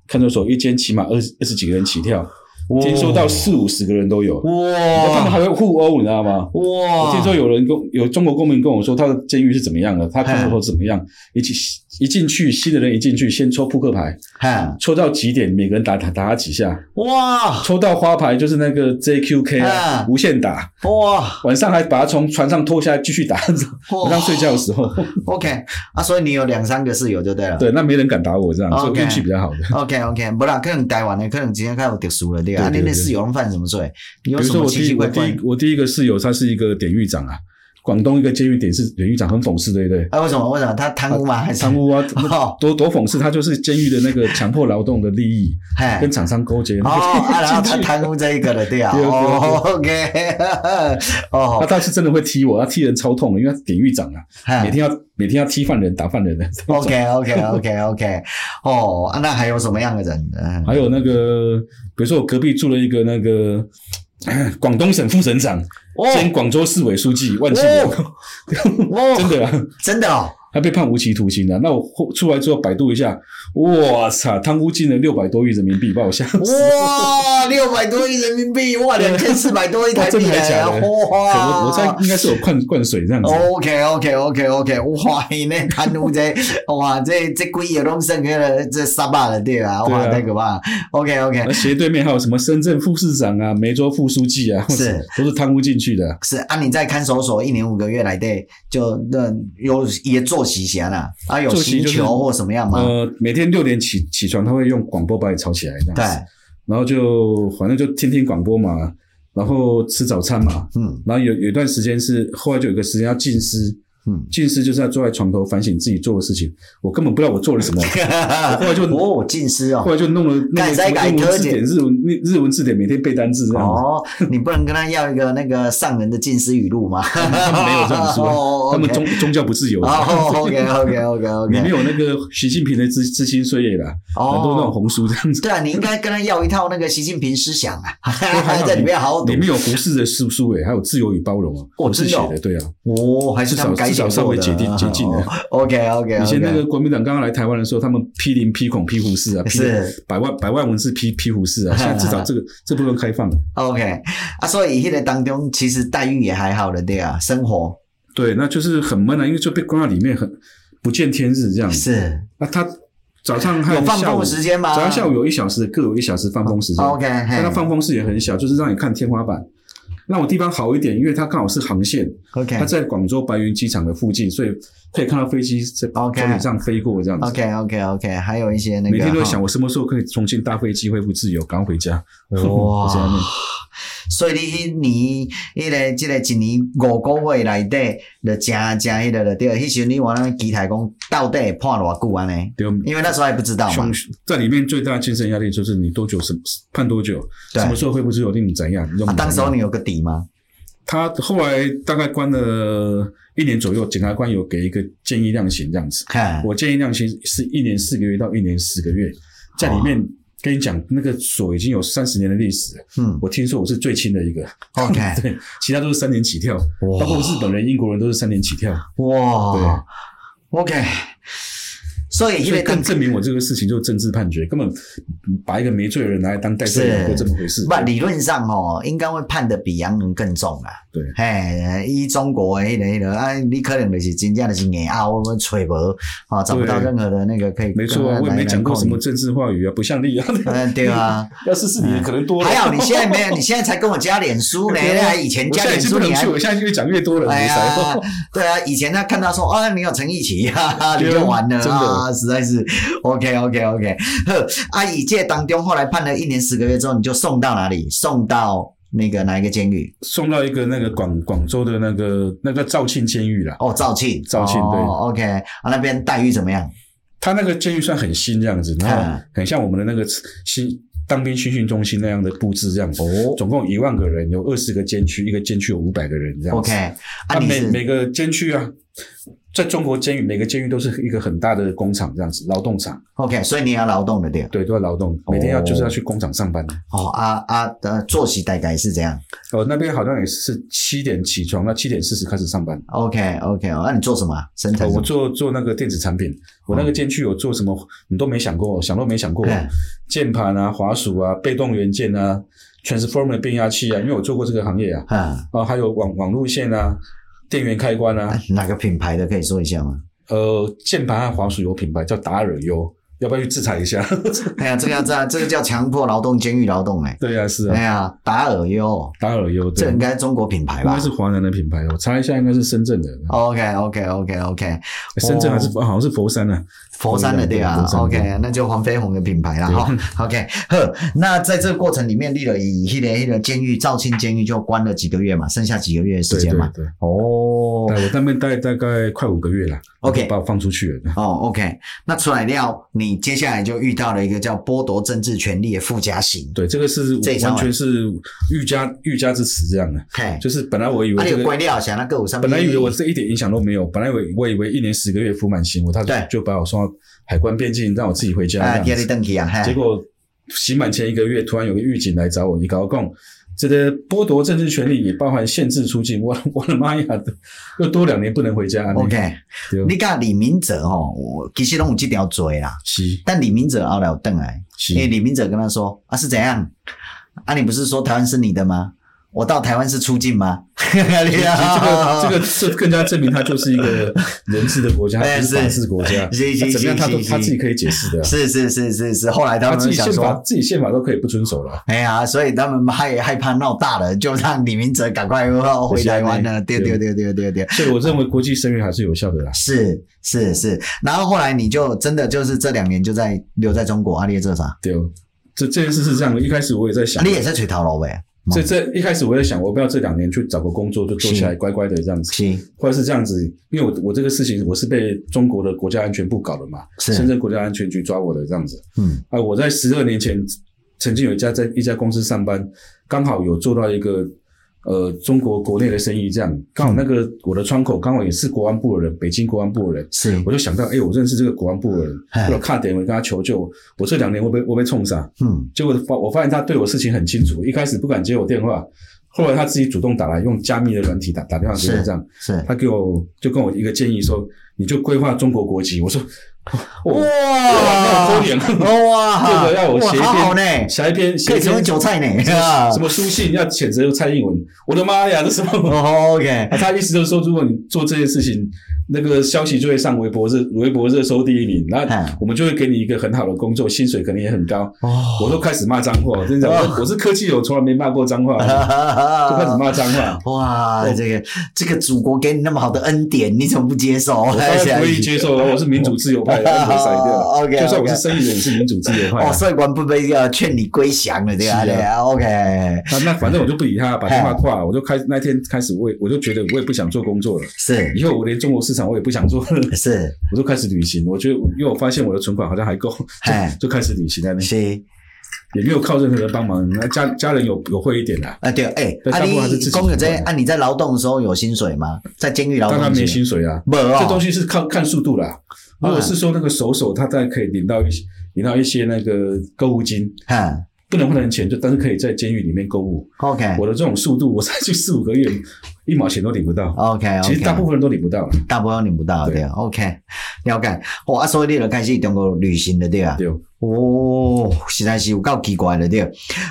S2: 看守所一间起码二十二十几个人起跳，
S1: 哇
S2: 听说到四五十个人都有，他们
S1: 哇
S2: 还会互殴，你知道吗？
S1: 哇，
S2: 我听说有人跟有中国公民跟我说，他的监狱是怎么样的，他看守所怎么样，一进一进去，新的人一进去先抽扑克牌，
S1: 哈
S2: 抽到几点，每个人打打打他几下，
S1: 哇
S2: 抽到花牌就是那个 JQK 啊
S1: 啊，
S2: 无限打，
S1: 哇
S2: 晚上还把他从船上拖下来继续打，晚上睡觉
S1: [LAUGHS]
S2: 的时候，
S1: OK 啊，所以你有两三个室友就对了。
S2: 对，那没人敢打我这样，所以
S1: 啊 OK
S2: 运气比较好的。
S1: OK OK，不啦，可能台湾的，可能今天看有特殊了，对吧？啊，
S2: 对对
S1: 你那
S2: 对
S1: 室友犯什么罪？你
S2: 比
S1: 有
S2: 如
S1: 什
S2: 说
S1: 么
S2: 我
S1: 奇
S2: 第
S1: 奇
S2: 一我
S1: 怪
S2: 第
S1: 怪
S2: 一？我第一个室友他是一个典狱长啊，广东一个监狱典是典狱长，很讽刺对不对？
S1: 啊，为什么？为什么他贪污吗？还是
S2: 贪？污啊，
S1: [LAUGHS] 哦
S2: 多多讽刺，他就是监狱的那个强迫劳动的利益
S1: 嘿
S2: 跟厂商勾结。
S1: 哦，
S2: [LAUGHS]
S1: 啊，然后他贪污这一个了，对啊。
S2: 对对对
S1: 哦，OK，
S2: 他
S1: 哦，
S2: 倒是真的会踢我，他踢人超痛的，因为他典狱长啊，
S1: 哎
S2: 每天要每天要踢犯人、打犯人的。
S1: OK OK OK OK，哦，啊那还有什么样的人？嗯，
S2: 还有那个，比如说我隔壁住了一个那个广东省副省长
S1: 哦
S2: 兼广州市委书记万庆
S1: 哦
S2: 国， [LAUGHS] 真的啊，
S1: 真的哦，
S2: 他被判无期徒刑了。啊那我后出来之后百度一下，我操，贪污进了六百多亿人民币，把我吓死。
S1: 哇，六百多亿人民币，哇，两千四百多亿台
S2: 哇真
S1: 币
S2: 的还
S1: 哎
S2: 假
S1: 呀，
S2: 的？可
S1: 哇！
S2: 能 [LAUGHS] 我猜应该是有灌灌水这样子。
S1: OK OK OK OK，哇，你那贪污这，哇，这这鬼也弄剩下了这沙巴了，对吧？
S2: 对啊
S1: 哇，太可怕。OK
S2: [LAUGHS]
S1: OK，
S2: 而斜对面还有什么深圳副市长啊、梅州副书记啊，
S1: 是
S2: 都是贪污进去的。
S1: 是啊，你在看守所一年五个月来的，就那有也作息闲啦，啊，有
S2: 作息
S1: 行
S2: 就是
S1: 球或什么样吗？
S2: 呃，每天六点起起床，他会用广播把你吵起来这样子
S1: 对，
S2: 然后就反正就听听广播嘛，然后吃早餐嘛， [LAUGHS]
S1: 嗯
S2: 然后有有一段时间是后来就有个时间要静思，，
S1: 嗯
S2: 静思就是要坐在床头反省自己做的事情，我根本不知道我做了
S1: [LAUGHS]
S2: 什么，后来就
S1: 哦，近视
S2: 后
S1: 哦。
S2: 来就弄了弄
S1: 改
S2: 了
S1: 摘
S2: 什么
S1: 改
S2: 英
S1: 科
S2: 文字
S1: 技
S2: 典、日文日文字典，每天背单字这样子。
S1: 哦，你不能跟他要一个那个上人的近视语录哦吗？他
S2: 嗯 [LAUGHS] 他们没有这种
S1: [LAUGHS]
S2: 书，啊他们宗宗教不自由的。
S1: 哦，OK OK OK
S2: [LAUGHS] 里面
S1: OK，
S2: 有那个习近平的知知心岁月啦，很多那种
S1: 哦，
S2: 红书这样子，
S1: 对啊，你应该跟他要一套那个习近平思想
S2: [LAUGHS]
S1: 啊，
S2: 还
S1: [LAUGHS]
S2: 好
S1: 在里面好好读
S2: 里。面有胡适的书书诶，还有自由与包容啊，
S1: 哦
S2: 胡
S1: 真
S2: 适
S1: 的
S2: 写
S1: 哦
S2: 的，对啊。
S1: 哦，还是他们改
S2: 至
S1: 写
S2: 少至少稍微解禁解禁
S1: [LAUGHS]
S2: 了
S1: OK OK，
S2: 以前那个国民党刚刚来台湾的时候，他们批林、批孔、批胡适啊，批
S1: 是
S2: 百万百万文字批批胡
S1: [LAUGHS]
S2: 适啊，现在至少这个这部分开放了。
S1: OK 啊，所以那个当中其实待遇也还好了，对啊，生活
S2: 对，那就是很闷啊，因为就被关到里面很不见天日这样子。
S1: 是
S2: 那他早上还
S1: 有放
S2: 下午
S1: 风时间吗？
S2: 早上下午有一小时，各有一小时放风时间。
S1: OK，嘿
S2: 但它放风室也很小，就是让你看天花板。那我地方好一点，因为它刚好是航线，
S1: OK
S2: 它在广州白云机场的附近，所以可以看到飞机在风
S1: OK
S2: 顶上飞过这样子。
S1: OK OK OK，还有一些那个
S2: 嗯每天都会想，
S1: 哈
S2: [LAUGHS] 我什么时候可以重新搭飞机恢复自由，赶快回家。
S1: 哇
S2: 在那边
S1: 所以你迄年，迄、个即、个一年五个月内底，就诚诚迄个就对了。迄时阵你我咱期待讲到底会判偌久安尼，
S2: 对，
S1: 因为那时候还不知道嘛
S2: 凶。在里面最大的精神压力就是你多久什么判多久，
S1: 对
S2: 什么时候恢复自由，令你怎样？你知道
S1: 啊
S2: 吗，
S1: 当时候你有个底吗？
S2: 他后来大概关了一年左右，检察官有给一个建议量刑这样子。
S1: 看，
S2: 我建议量刑是一年四个月到一年十个月，在里面跟你讲，那个所已经有三十年的历史了。
S1: 嗯
S2: 我听说我是最轻的一个，
S1: ，OK，
S2: 对，其他都是三年起跳，
S1: 哇
S2: 包括日本人、英国人都是三年起跳，
S1: 哇，OK，所以迄
S2: 所以
S1: 个
S2: 更
S1: 哎当
S2: 证明我这个事情就是政治判决，根本把一个没罪的人拿来当代罪人，
S1: 是
S2: 不这么回事。
S1: 不理论上哦，应该会判的比洋人更重啊。
S2: 对
S1: 嘿，以中国的迄个迄个啊，你可能就是真正就是硬凹，我们吹无啊，找不到
S2: 对
S1: 任何的那个可以。
S2: 没错啊，我也没讲过什么。政治话语啊，不
S1: [LAUGHS]
S2: 像你啊。
S1: 嗯，对
S2: [LAUGHS]
S1: 啊，
S2: 要是是你，可能多了。
S1: 还好你现在没有，你现在才跟我加脸书呢，
S2: [LAUGHS] 对啊
S1: 那以前
S2: 我
S1: 加
S2: 现
S1: 脸
S2: 在已经
S1: 书
S2: 不
S1: 你
S2: 能
S1: 还
S2: 去，我现在越讲越多了，
S1: 哎
S2: 没
S1: 呀
S2: 啥。，
S1: 对啊，以前他看到说哦，你有陈奕奇 [LAUGHS] 哈哈，你
S2: 对啊
S1: 就完了
S2: 真的
S1: 啊，实在是 OK OK OK。呵，啊，以这当中后来判了一年十个月之后，你就送到哪里？送到那个哪一个监狱？
S2: [LAUGHS] 送到一个那个广广州的那个那个肇庆监狱啦，
S1: 哦，肇庆，
S2: 肇庆对
S1: 哦、，OK。啊，那边待遇怎么样？
S2: 他那个监狱算很新这样子，然后
S1: 嗯
S2: 很像我们的那个新当兵军训中心那样的布置这样子。
S1: 哦
S2: 总共一万个人，有二十个监区，一个监区有五百个人这样子。
S1: ，OK。啊，
S2: 啊，
S1: 你
S2: 每
S1: 是
S2: 每个监区啊，在中国监狱每个监狱都是一个很大的工厂这样子，劳动场，
S1: OK，所以你要劳动的对。
S2: 对，都要劳动，每天要
S1: 哦
S2: 就是要去工厂上班。
S1: 哦，啊啊，呃，作息大概是怎样
S2: 哦，那边好像也是七点起床，那七点四十开始上班。
S1: ？OK OK，那、啊、你做什么啊？生产
S2: 哦
S1: 什
S2: 我
S1: 么？
S2: 做做那个电子产品，我
S1: 哦
S2: 那个监区有做什么，你都没想过，想都没想过
S1: 嗯，
S2: 键盘啊、滑鼠啊、被动元件啊、transformer 变压器啊，因为我做过这个行业啊，
S1: 啊，
S2: 啊，还有网网路线啊、电源开关啊，
S1: 哪个品牌的可以说一下吗？ [LAUGHS]
S2: 呃，键盘和滑鼠有品牌叫达尔优，要不要去制裁一下？ [LAUGHS]
S1: 哎呀，这个要这样，这个叫强迫劳动、监狱劳动哎、
S2: 对啊，是
S1: 哎
S2: 啊，
S1: 呀，达尔优，
S2: 达尔优
S1: 这
S2: 对
S1: 应，该是中国品牌
S2: 应该
S1: 吧
S2: 是华南的品牌，我哦查一下，应该是深圳的，哎
S1: ？OK OK OK OK，
S2: 深圳还
S1: 哦
S2: 是好像是佛山啊，
S1: 佛山的对吧
S2: 佛山的
S1: ？OK，那就黄飞鸿的品牌啦哈。OK，呵，那在这个过程里面，立了以迄个迄个监狱，肇庆监狱就关了几个月嘛，剩下几个月的时
S2: 对对
S1: 间嘛。
S2: 对。哎
S1: 哦
S2: 但我那边待大概快五个月了
S1: OK
S2: 把我放出去了。
S1: 哦，OK，那出来料，你接下来就遇到了一个叫剥夺政治权利的附加刑，
S2: 对，这个是
S1: 这一张
S2: 完
S1: 啊
S2: 全是欲加欲加之词这样的，
S1: 嘿，
S2: 就是本来我以
S1: 啊，你
S2: 为这
S1: 有
S2: 个
S1: 关，料，想那个有上
S2: 本来以为我这一点影响都没有，本来以为我以为一年十个月服满刑，我他
S1: 对
S2: 就把我送到海关边境，让我自己回
S1: 啊，第
S2: 家这样
S1: 二
S2: 子。
S1: 登去啊，嘿
S2: 结果刑满前一个月，突然有个狱警来找我，你搞共。这个剥夺政治权利也包含限制出境，我 [LAUGHS] 我的妈呀，又多两年不能回家。
S1: ，OK。
S2: 对
S1: 你讲李明哲吼，我其实拢有这条罪啦，
S2: 是
S1: 但李明哲后来有邓来，
S2: 是
S1: 因为李明哲跟他说啊是怎样啊，你不是说台湾是你的吗？我到台湾是出境吗？ [LAUGHS] 哎啊
S2: 这个这个这更加证明他就是
S1: [LAUGHS]
S2: 一个人治的国家，
S1: 哎
S2: 他不是
S1: 是
S2: 法治国家。
S1: 是是
S2: 他怎么样，他都
S1: 是是
S2: 他自己可以解释的
S1: [LAUGHS]
S2: 啊。
S1: 是是是是是，后来他
S2: 他自
S1: 们
S2: 己
S1: 想
S2: 宪法
S1: 说。
S2: 自己宪法都可以不遵守了。啊
S1: 哎呀，所以他们害害怕闹大了，就让李明哲赶快回台湾了。对对对对对对，
S2: 所以我认为国际声援还是有效的啦。
S1: 是是是。然后后来你就真的就是这两年就在留在中国，阿、啊、你在做啥？
S2: 对哦，这这件事是这样的，一开始我也在
S1: 啊
S2: 想
S1: 你，也在吹头啊路呗？
S2: 这这一开始我也想，我不要这两年去找个工作就坐下来乖乖的这样子，
S1: 是
S2: 或者是这样子，因为我我这个事情我是被中国的国家安全部搞的嘛，
S1: 是
S2: 深圳国家安全局抓我的这样子。
S1: 嗯
S2: 啊，我在十二年前曾经有一家在一家公司上班，刚好有做到一个呃中国国内的生意，这样刚好那个
S1: 嗯
S2: 我的窗口刚好也是国安部的人，北京国安部的人，
S1: 是
S2: 我就想到，哎、我认识这个国安部的人
S1: 哎，
S2: 我看点我跟他求救，我这两年会被会被冲上，
S1: 嗯
S2: 结果发我发现他对我事情很清楚，一开始不敢接我电话，后来他自己主动打来，用加密的软体打打电话给我，
S1: 是
S2: 这样。
S1: 是
S2: 他给我就跟我一个建议说，你就规划中国国籍。我
S1: [LAUGHS]
S2: 说，哇，
S1: 哇，
S2: 那我脸
S1: 哇，
S2: 这个要我写一
S1: 哇好好呢，
S2: 篇，写一
S1: 啊
S2: 篇，
S1: 可
S2: 写
S1: 以
S2: 一
S1: 成为
S2: 篇
S1: 韭菜啊呢。
S2: 什么书信要谴
S1: [LAUGHS]
S2: 责蔡英文，我的妈呀，这什么？
S1: [LAUGHS] 哦，OK，
S2: 他意思就是说，如果你做这件事情，那个消息就会上微博热微博热搜第一名，那
S1: 嗯
S2: 我们就会给你一个很好的工作，薪水可能也很高。
S1: 哦，
S2: 我都开始骂脏话，真的，我我是科技友，从来没骂
S1: [LAUGHS]
S2: 过脏话，就开始骂脏话。
S1: [LAUGHS] 哇，
S2: 我
S1: 这个这个祖国给你那么好的恩典，你怎么不接受？ [LAUGHS] 哎
S2: 我当然不会接受哦了，我是民主自由派的，被甩掉了。
S1: OK，
S2: 就算我是生意人，也是民主自由派
S1: 哦，
S2: 啊。
S1: 所以官不被要劝你归降了，对吧？
S2: 是啊
S1: 对啊，OK，
S2: [LAUGHS] 那那反正我就不理他，把
S1: 哦
S2: 电话挂了。我就开那天开始，我也我就觉得我也不想做工作了，
S1: 是
S2: 以后我连中国市场我也不想做了， [LAUGHS]
S1: 是
S2: 我就开始旅行。我觉得我，因为我发现我的存款好像还够，
S1: 哎
S2: 就就开始旅行在那边，
S1: 是
S2: 也没有靠任何人帮忙。那家家人有有会一点啦，
S1: 啊，对，哎，
S2: 对
S1: 啊
S2: 大部分还是
S1: 你
S2: 自己
S1: 公有在
S2: 赚
S1: 啊你在劳动的时候有薪水吗？在监狱劳
S2: 当
S1: 动
S2: 然没
S1: 的时候
S2: 薪水啊。
S1: 没有
S2: 这东
S1: 哦，嗯
S2: 西是看看速度啦。如果是说那个手手，他大概可以领到一些领到一些那个购物金，
S1: 哈
S2: 不能换成钱，就但是可以在监狱里面购物。
S1: ，OK
S2: 我的这种速度，我才去四五个月，一毛钱都领不到。
S1: 哦 OK，
S2: 其实大部分人都领不到，
S1: 大部分领不到
S2: 对
S1: 对，OK，了解。哦，啊，所以你就开始中国旅行了对啊。
S2: 对，
S1: 哦，实在是有够奇怪了对。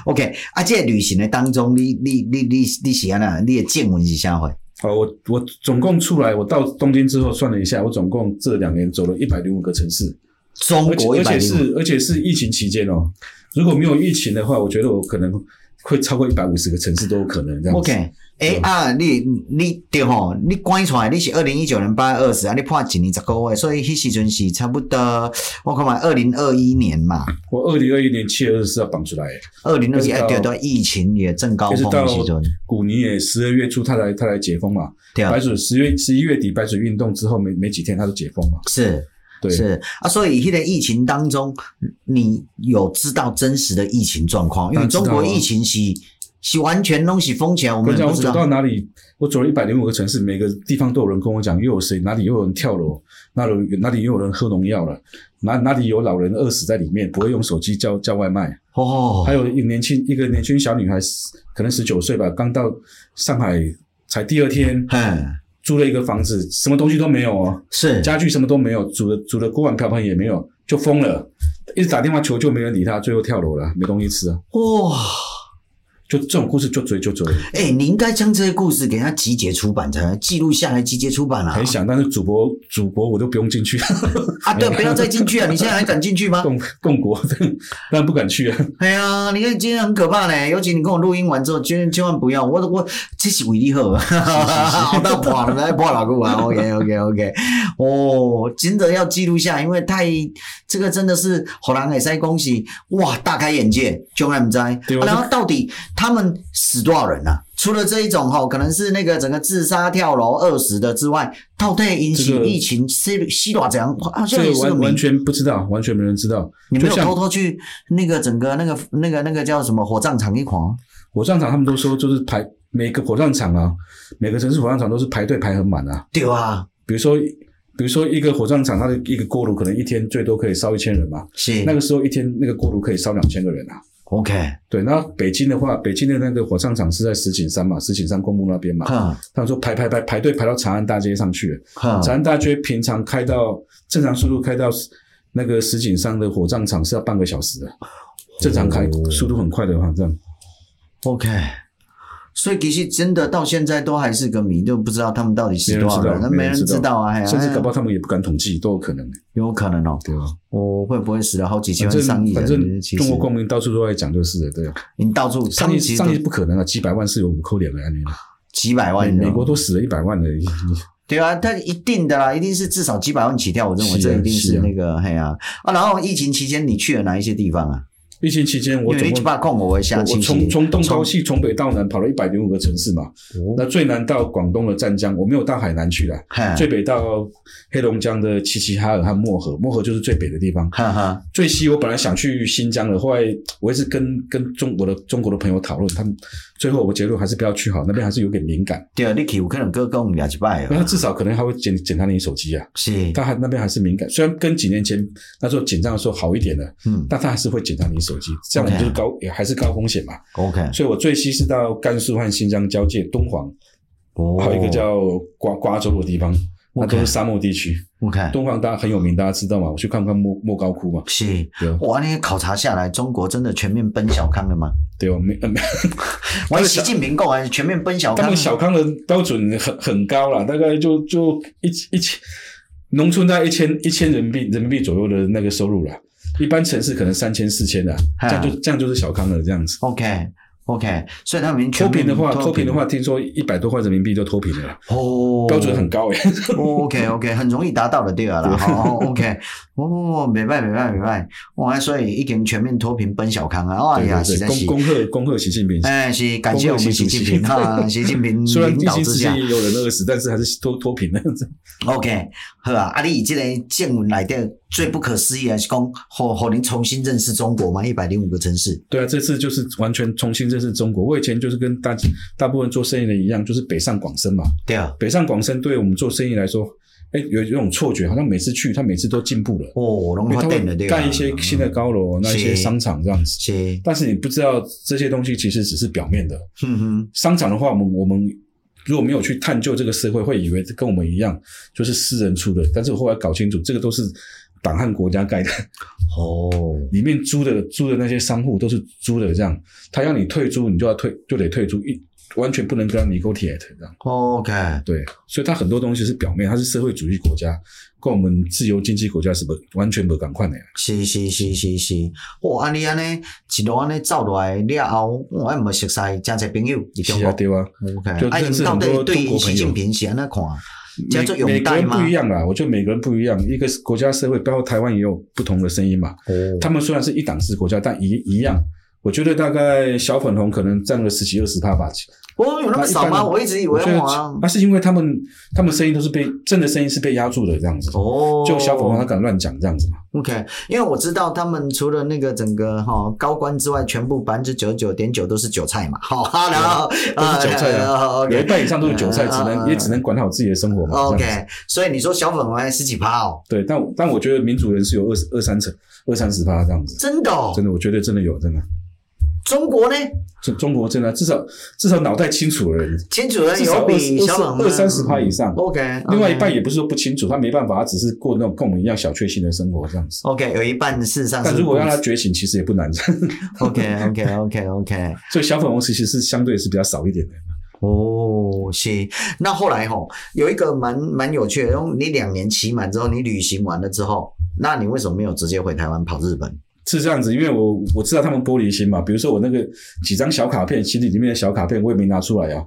S1: OK，啊，这个旅行的当中，你你你你你是安那，你的见闻是啥货？
S2: 好，我我总共出来，我到东京之后算了一下，我总共这两年走了一百零五个城市，
S1: 中
S2: 而且
S1: 国一
S2: 而
S1: 百
S2: 且
S1: 零
S2: 是而且是疫情期间哦。如果没有疫情的话，我觉得我可能会超过一百五十个城市都有可能这样子。
S1: OK。诶啊，你你对吼，你关出来你是二零一九年八月二十啊，你判一年十个月，所以迄时阵是差不多，我看嘛，二零二一年嘛，
S2: 我二零二一年七月二十四号绑出来，
S1: 二零二一哎
S2: 就是到
S1: 对对，疫情也正高
S2: 就是
S1: 峰
S2: 到
S1: 的时阵，
S2: 古尼也十二月初他来他来解封嘛，
S1: 对啊
S2: 白，水十月十一月底白水运动之后没没几天他就解封嘛，
S1: 是。
S2: 对，
S1: 是啊，所以现在疫情当中，你有知道真实的疫情状况？因为
S2: 当然知道
S1: 中
S2: 啊
S1: 国疫情是是完全东西封起来，我
S2: 我
S1: 们也
S2: 讲
S1: 嗯不
S2: 我
S1: 知
S2: 走
S1: 道。
S2: 到哪里，我走了一百零五个城市，每个地方都有人跟我讲，又有谁哪里又有人跳楼，哪里哪里又有人喝农药了，哪哪里有老人饿死在里面，不会用手机叫叫外卖，
S1: 哦
S2: 还，有一个年轻一个年轻小女孩，可能十九岁吧，刚到上海才第二天，
S1: 嗯，
S2: 租了一个房子，什么东西都没有哦，
S1: 是
S2: 家具什么都没有，煮的煮的锅碗瓢盆也没有，就疯了，一直打电话求救没人理她，最后跳楼了，没东西吃啊，
S1: 哇，
S2: 就这种故事就追就追。
S1: 哎、你应该将这些故事给它集结出版，才记录下来，集结出版啊
S2: 很。想，但是主播主播我都不用进去，
S1: 啊，对，不要再进去
S2: [LAUGHS]
S1: 啊！你现在还敢进去吗？
S2: 共 [LAUGHS] 共国，但不敢去啊。
S1: 哎呀，你看今天很可怕呢，尤其你跟我录音完之后，千千万不要，我我这是为你好， [LAUGHS] 好到破了，来破老个啊 OK OK OK，哦，真的要记录下，因为太这个真的是好难给塞恭喜，哇，大开眼界，就还不知道。啊
S2: 对我
S1: 然后到底他们死多少人啊？除了这一种哈、可能是那个整个自杀跳楼饿死的之外，到底引起
S2: 这个
S1: 疫情西西多怎样？好像
S2: 这
S1: 也
S2: 个
S1: 是个
S2: 完
S1: 谜
S2: 完全不知道，完全没人知道。
S1: 你没
S2: 就
S1: 有
S2: 像
S1: 偷偷去那个整个那个那个那个叫什么火葬场一
S2: 啊
S1: 狂？
S2: 火葬场，他们都说就是排每个火葬场啊，每个城市火葬场都是排队排很满啊。
S1: 对啊，
S2: 比如说，比如说一个火葬场，它的一个锅炉可能一天最多可以烧一千人嘛。
S1: 是
S2: 那个时候一天那个锅炉可以烧两千个人啊。
S1: OK，
S2: 对，那北京的话，北京的那个火葬场是在石景山嘛，石景山公墓那边嘛。
S1: 哼
S2: 他们说排排排排队排到长安大街上去了。长
S1: 哼，
S2: 安大街平常开到正常速度开到那个石景山的火葬场是要半个小时的，正常开
S1: 哦
S2: 速度很快的话，这样
S1: OK。所以其实真的到现在都还是个谜，就不知道他们到底死多少人，那没
S2: 没
S1: 人
S2: 人知道没人知道
S1: 知道啊，哎呀
S2: 甚至搞不好他们也不敢统计，都有可能，
S1: 有可能哦，
S2: 对吧？
S1: 我会不会死了好几千
S2: 反
S1: 万、
S2: 正
S1: 上亿
S2: 反
S1: 人？
S2: 正
S1: 其
S2: 中
S1: 实
S2: 国公民到处都在讲就是了，对啊，
S1: 你到处他
S2: 上
S1: 们
S2: 亿
S1: 其实都哦
S2: 上亿不可能啊，几百万是有五扣脸的案例，
S1: 几百万
S2: 美
S1: 人
S2: 美，国都死了一百万了，已经
S1: 对啊，他一定的啦，一定是至少几百万起跳，我认为
S2: 是
S1: 这
S2: 啊
S1: 一定
S2: 是
S1: 是
S2: 啊
S1: 那个嘿啊啊。然后疫情期间你去了哪一些地方啊？
S2: 疫情期间
S1: 因
S2: 我
S1: 为
S2: 总
S1: 你
S2: 共
S1: 把控我会下
S2: 我
S1: 清
S2: 我
S1: 晰
S2: 从。从东到西，从北到南跑了一百零五个城市嘛，那最南到广东的湛江，我没有到海南去啦，
S1: 嘿
S2: 最北到黑龙江的齐齐哈尔和漠河，漠河就是最北的地方。
S1: 哈哈，
S2: 最西我本来想去新疆的，后来我一直跟跟中国的中国的朋友讨论，他们最后我结论还是不要去好，那边还是有点敏感，
S1: 对啊，你去有可能哥跟我们聊一摆
S2: 那
S1: 哦，
S2: 他至少可能还会检检查你手机啊，
S1: 是，
S2: 他还那边还是敏感，虽然跟几年前那时候紧张的时候好一点了，
S1: 嗯
S2: 但他还是会检查你手机，这样我们就是高也还是高风险嘛，
S1: ，OK，
S2: 所以我最西是到甘肃和新疆交界敦煌，
S1: 哦
S2: 还有一个叫瓜瓜州的地方，那
S1: OK
S2: 都是沙漠地区。
S1: ，OK，
S2: 东方大家很有名，大家知道嘛？我去看看莫莫高窟嘛，
S1: 是
S2: 对啊
S1: 哇，那个考察下来，中国真的全面奔小康了吗？
S2: 对吧？没，呃没
S1: 我习近平讲啊，全面奔小
S2: 他
S1: 康
S2: 们，小康的标准很很高啦，大概就就一一千，农村在一千一千人民币人民币左右的那个收入啦，一般城市可能三千四千啦，
S1: 哈
S2: 这样就这样就是小康了这样子。
S1: OK OK，所以他们
S2: 脱
S1: 全
S2: 贫
S1: 面
S2: 的话，脱
S1: 脱
S2: 贫的话，听说一百多块人民币就脱贫了啦，
S1: 哦，
S2: 标准很高诶、
S1: 哦 OK OK，很容易达到的对啊啦。好 OK，哦，没办没办没办，哇，所以已经全面脱贫奔小康啊！哎
S2: [LAUGHS] 对
S1: 呀，实
S2: 对
S1: 在
S2: 对，
S1: 是
S2: 恭，恭贺恭贺习近平。
S1: 哎，是感谢我们习近平哈，习近平
S2: [LAUGHS] 虽然
S1: 领
S2: 疫
S1: 导
S2: 情
S1: 之
S2: 时期
S1: 下
S2: 也有人饿死，但是还是脱脱贫了。
S1: ，OK，好啊。啊，你以这个见闻来的最不可思议的是讲，好好您重新认识中国嘛？一百零五个城市，
S2: 对啊，这次就是完全重新认识中国。我以前就是跟大大部分做生意的一样，就是北上广深嘛。
S1: 对啊，
S2: 北上广深对我们做生意来说，哎，有一种错觉，好像每次去他每次都进步了，
S1: 哦，
S2: 因
S1: 拢
S2: 为
S1: 发
S2: 他
S1: 展了对
S2: 会
S1: 啊，
S2: 盖一些新的高楼，那一些
S1: 是
S2: 商场这样子。
S1: 是，
S2: 但是你不知道这些东西其实只是表面的。
S1: 哼哼，
S2: 商场的话，我们我们如果没有去探究这个社会，会以为跟我们一样就是私人出的。但是我后来搞清楚，这个都是党和国家盖的，
S1: 哦，
S2: 里面租的租的那些商户都是租的，这样他要你退租，你就要退，就得退租，一完全不能跟他 negotiate 这样。
S1: OK，
S2: 对，所以它很多东西是表面，它是社会主义国家，跟我们自由经济国家是不完全不赶快的。
S1: 是是是是是，哇！安尼安尼一路安尼走落来了后，我也毋熟悉真侪朋友伫中
S2: 是
S1: 国
S2: 啊，。对啊，
S1: OK，
S2: 就
S1: 啊，
S2: 认识
S1: 因到
S2: 很
S1: 底
S2: 多
S1: 对
S2: 中国
S1: 于习
S2: 朋友
S1: 近平是安怎看？叫做
S2: 每每
S1: 拥
S2: 个
S1: 戴
S2: 人
S1: 吗
S2: 不一样啦，我觉得每个人不一样，一个是国家社会，包括台湾也有不同的声音嘛。
S1: 哦，
S2: 他们虽然是一党制国家，但一一样，我觉得大概小粉红可能占了十几二十趴吧。
S1: 我哦有那么少
S2: 那一
S1: 吗？
S2: 般
S1: 我一直以
S2: 我
S1: 为
S2: 觉得
S1: 哇，
S2: 那是因为他们他们声音都是被真的声音是被压住的这样子，
S1: 哦，
S2: 就小粉红他敢乱讲这样子嘛。
S1: OK，因为我知道他们除了那个整个哈、高官之外，全部百分之九十九点九都是韭菜嘛， [LAUGHS] 好、然后
S2: 啊都是韭菜啊
S1: 呃
S2: 有一
S1: ，OK
S2: 半以上都是韭菜，只
S1: 嗯嗯嗯哦
S2: 能也只能管好自己的生活嘛。这样子
S1: OK，所以你说小粉红还十几趴哦，
S2: 对，但但我觉得民主人是有二十二三成、二三十趴这样子，
S1: 真的哦，
S2: 真的，我觉得真的有，真的，
S1: 中国呢，
S2: 中中国真的至少至少脑袋清楚的人，
S1: 清楚人
S2: 至
S1: 有
S2: 少二
S1: 比小粉
S2: 二
S1: 红嗯
S2: 二三十趴以上。
S1: OK，
S2: 另外一半也不是说不清楚，他没办法，他只是过那种跟我们一样小确幸的生活这样子。
S1: OK，有一半事实上啊是
S2: 但如果让他觉醒，其实也不难。 [LAUGHS]
S1: OK OK OK OK，
S2: 所以小粉红其实是相对是比较少一点的。
S1: [LAUGHS] 哦，是。那后来吼，有一个蛮蛮有趣的，然后你两年期满之后，你旅行完了之后，那你为什么没有直接回台湾跑日本？
S2: 是这样子，因为我我知道他们玻璃心嘛，比如说我那个几张小卡片，行李里面的小卡片我也没拿出来啊，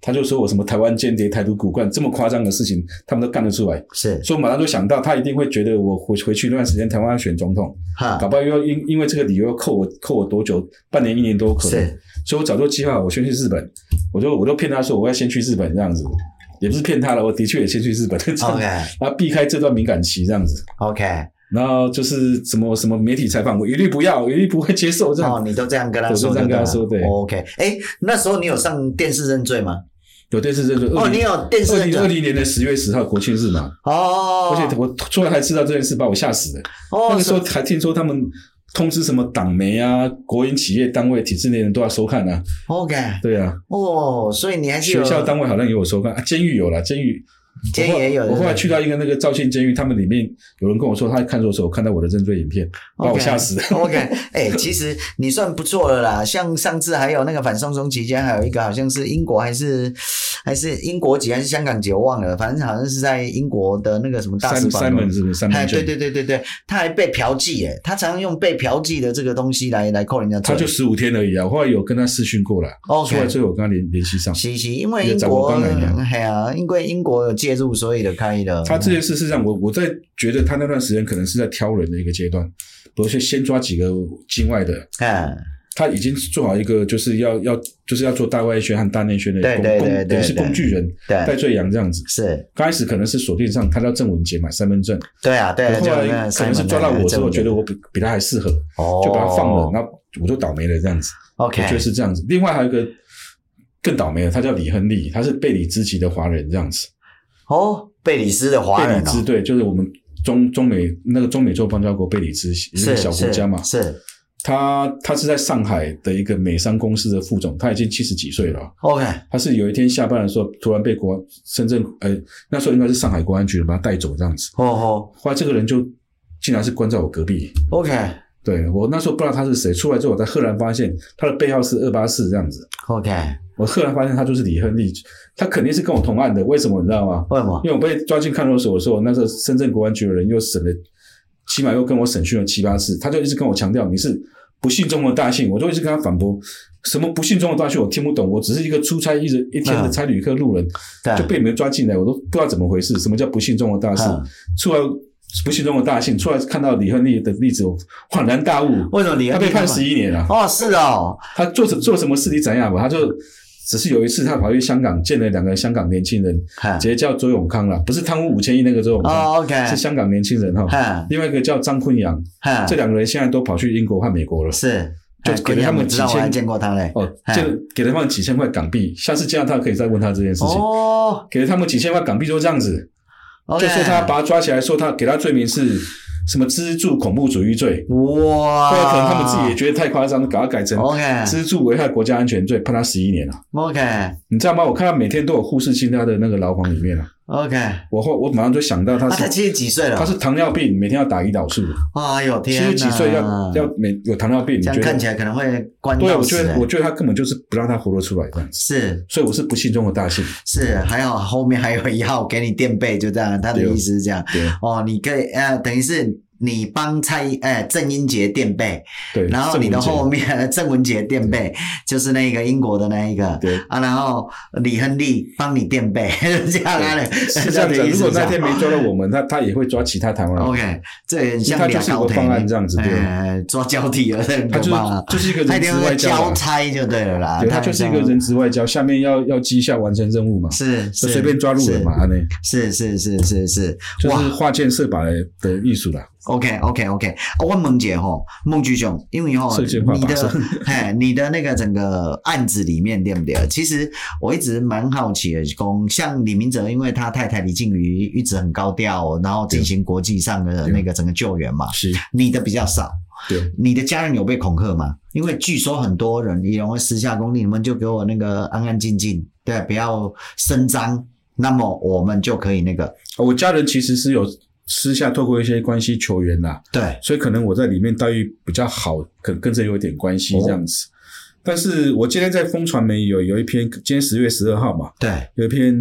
S2: 他就说我什么台湾间谍、台独骨干这么夸张的事情，他们都干得出来。
S1: 是
S2: 所以我马上就想到，他一定会觉得我回回去那段时间台湾要选总统，
S1: 哈
S2: 搞，不好又要因因为这个理由要扣我扣我多久，半年一年都有可能。
S1: 是
S2: 所以我早就计划我先去日本，我就我就骗他说我要先去日本这样子，也不是骗他了，我的确也先去日本，这样
S1: OK
S2: [LAUGHS] 然后避开这段敏感期这样子。
S1: OK，
S2: 然后就是什么什么媒体采访，我一律不要，我一律不会接受这样。
S1: 哦，你都这样跟他
S2: 我
S1: 说就
S2: 就这
S1: 了，
S2: 样跟他说对
S1: OK，哎，那时候你有上电视认罪吗？
S2: 有电视认罪，
S1: 哦，你有电视
S2: 二
S1: 认
S2: 零二
S1: 罪
S2: 零年的十月十号国庆日嘛，
S1: 哦，
S2: 而且我突然才知道这件事，把我吓死了。那
S1: 哦
S2: 个时候
S1: 是
S2: 还听说他们通知什么党媒啊、国营企业单位、体制内人都要收看啊。
S1: OK，
S2: 对啊，
S1: 哦，所以你还是
S2: 学
S1: 有
S2: 校单位好像也有收看，啊、监狱有啦，监狱。
S1: 监狱也有
S2: 我后我后来 [LAUGHS] 去到一个那个肇庆监狱，他们里面有人跟我说，他看守所看到我的认罪影片，把我
S1: OK
S2: 吓死了。
S1: OK，哎、其实你算不错了啦。像上次还有那个反送中期间，还有一个好像是英国还是还是英国籍还是香港籍，我忘了，反正好像是在英国的那个什么大使
S2: 三
S1: 馆
S2: 三
S1: 哦。
S2: 门是不是三
S1: 哎，
S2: 门
S1: 对
S2: 卷？
S1: 对对对对，他还被嫖妓哎，他常常用被嫖妓的这个东西来来扣人家罪。
S2: 他就十五天而已啊。我后来有跟他视讯过了，出来
S1: OK，
S2: 之后我跟他联联系上。
S1: 是是，因为
S2: 也
S1: 英
S2: 找不
S1: 国
S2: 到人呀
S1: 哎呀、因为英国有介入，所以的开的。
S2: 他这件事是让我我在觉得他那段时间可能是在挑人的一个阶段，比如说先抓几个境外的，
S1: 哎，
S2: 他已经做好一个就是要要就是要做大外宣和大内宣的
S1: 对
S2: 工
S1: 对
S2: 工
S1: 对对
S2: 等于是
S1: 对
S2: 工具人戴
S1: 对，
S2: 罪羊这样子。
S1: 是，
S2: 刚开始可能是锁定上他叫郑文杰买身份证，
S1: 对啊，对啊，
S2: 后
S1: 就那
S2: 来
S1: 个
S2: 可能是
S1: Simon
S2: 抓到
S1: 那个
S2: 我之后
S1: 证
S2: 觉
S1: 人
S2: 得我比比他还适合，就把他放了，那我就倒霉了这样子。
S1: 哦
S2: 我觉得
S1: OK，
S2: 是这样子。另外还有一个更倒霉的，他叫李亨利，他是贝里兹籍的华人这样子。
S1: 哦，贝里斯的华
S2: 贝
S1: 人
S2: 里
S1: 哦
S2: 兹，对，就是我们中中美那个中美洲邦交国贝里兹一
S1: 是
S2: 个小国家嘛。
S1: 是是
S2: 他他是在上海的一个美商公司的副总，他已经七十几岁了。
S1: OK，
S2: 他是有一天下班的时候，突然被国安深圳呃那时候应该是上海公安局把他带走这样子。
S1: 哦吼
S2: 后来这个人就竟然是关在我隔壁，
S1: ，OK，
S2: 对我那时候不知道他是谁。出来之后，我才赫然发现他的背号是二八四这样子。
S1: OK，
S2: 我赫然发现他就是李亨利，他肯定是跟我同案的。为什么你知道吗？
S1: 为什么？
S2: 因为我被抓进看守所的时候，那时候深圳国安局的人又审了，起码又跟我审讯了七八次，他就一直跟我强调你是不幸中的大幸，我就一直跟他反驳，什么不幸中的大幸我听不懂，我只是一个出差一人一天的差旅客路人，
S1: 嗯对，
S2: 就被你们抓进来，我都不知道怎么回事，什么叫不幸中的大幸？
S1: 嗯
S2: 出来不幸中的大幸，出来看到李亨利的例子，我恍然大悟，
S1: 为什么你
S2: 他被判十
S1: 一？
S2: 一年了、
S1: 哦，是哦，
S2: 他做什做什么事你怎样吧，他就只是有一次他跑去香港见了两个香港年轻人，
S1: 哼
S2: 直接叫周永康了，不是贪污五千亿那个周永康，
S1: 哦，OK，哎
S2: 是香港年轻人哈、
S1: 哼
S2: 另外一个叫张坤阳，
S1: 哼
S2: 这两个人现在都跑去英国和美国了。
S1: 是，
S2: 就
S1: 哎
S2: 给
S1: 昆
S2: 了他
S1: 阳
S2: 们
S1: 我知
S2: 几
S1: 道我还
S2: 千
S1: 见过他嘞。
S2: 哦，
S1: 哎
S2: 这个给了他们几千块港币，下次见到他可以再问他这件事情。
S1: 哦
S2: 给了他们几千块港币就这样子，
S1: ，OK，
S2: 就说他把他抓起来，说他给他罪名是什么资助恐怖主义罪，
S1: 哇，
S2: 后来可能他们自己也觉得太夸张，给他改
S1: 哦
S2: 成
S1: OK
S2: 资助危害国家安全罪，判他十一年了。啊
S1: OK
S2: 你知道吗？我看他每天都有护士进他的那个牢房里面了、啊。
S1: OK，啊，
S2: 我后我马上就想到他是、
S1: 他七十几岁了
S2: 他，是糖尿病，每天要打胰岛素，
S1: 哎呦
S2: 七
S1: 天哪，
S2: 十几岁要要每有糖尿病，你
S1: 这
S2: 觉
S1: 样看起
S2: 得？
S1: 来可能会关
S2: 对，
S1: 到
S2: 我
S1: 死
S2: 觉得
S1: 欸
S2: 我觉得他根本就是不让他活得出来这样子，
S1: 是
S2: 所以我是不幸中的大幸。
S1: 是，还好后面还有一号给你垫背，就这样，他的
S2: 对
S1: 意思是这样。
S2: 对
S1: 哦，你可以呃，等于是你帮蔡呃郑英杰垫背，
S2: 对，
S1: 然后你的
S2: 郑文
S1: 后
S2: 杰
S1: 面 [LAUGHS] 郑文杰垫背，就是那个英国的那一个。 [LAUGHS]
S2: 对
S1: 啊，然后李亨利帮你垫背， [LAUGHS] 这样他的
S2: 是这
S1: 他
S2: 样
S1: 的
S2: 子。
S1: 意
S2: 如
S1: 思
S2: 果
S1: 是这
S2: 那
S1: 样哦
S2: 天没抓到我们，他他也会抓其他台湾人，
S1: [LAUGHS] OK，这很像
S2: 他就
S1: 俩
S2: 是有
S1: 高
S2: 个
S1: 铁
S2: 方案这样子对
S1: 呃，抓交替了，很
S2: 他
S1: 可怕啊。
S2: 就是就是一个
S1: 他一
S2: 人
S1: 定
S2: 质
S1: 会
S2: 外交
S1: 交
S2: 啊，
S1: 差就对了啦。
S2: 对他就是一个人质外交，下面要要绩效完成任务嘛，
S1: 是
S2: 就是随便抓路人嘛，，啊那
S1: 是是是是是是
S2: 就
S1: 哇
S2: 是划建设法的的艺术啦。
S1: OK OK OK，啊，我问姐吼，孟局兄，因为吼
S2: 射箭化
S1: 你
S2: 把
S1: 的
S2: 式
S1: [LAUGHS] 嘿，你的那个整个案子里面对不对？其实我一直蛮好奇的，公像李明哲，因为他太太李静瑜一直很高调，然后进行国际上的那个整个救援嘛，
S2: 是，
S1: 你的比较少。
S2: 对，
S1: 你的家人有被恐吓吗？因为据说很多人也会私下公，你们就给我那个安安静静，对，不要声张，那么我们就可以那个
S2: 啊我家人其实是有私下透过一些关系球员啦，
S1: 对
S2: 所以可能我在里面待遇比较好，可能跟这有一点关系这样子。但是我今天在风传媒有有一篇，今天十月十二号嘛，
S1: 对
S2: 有一篇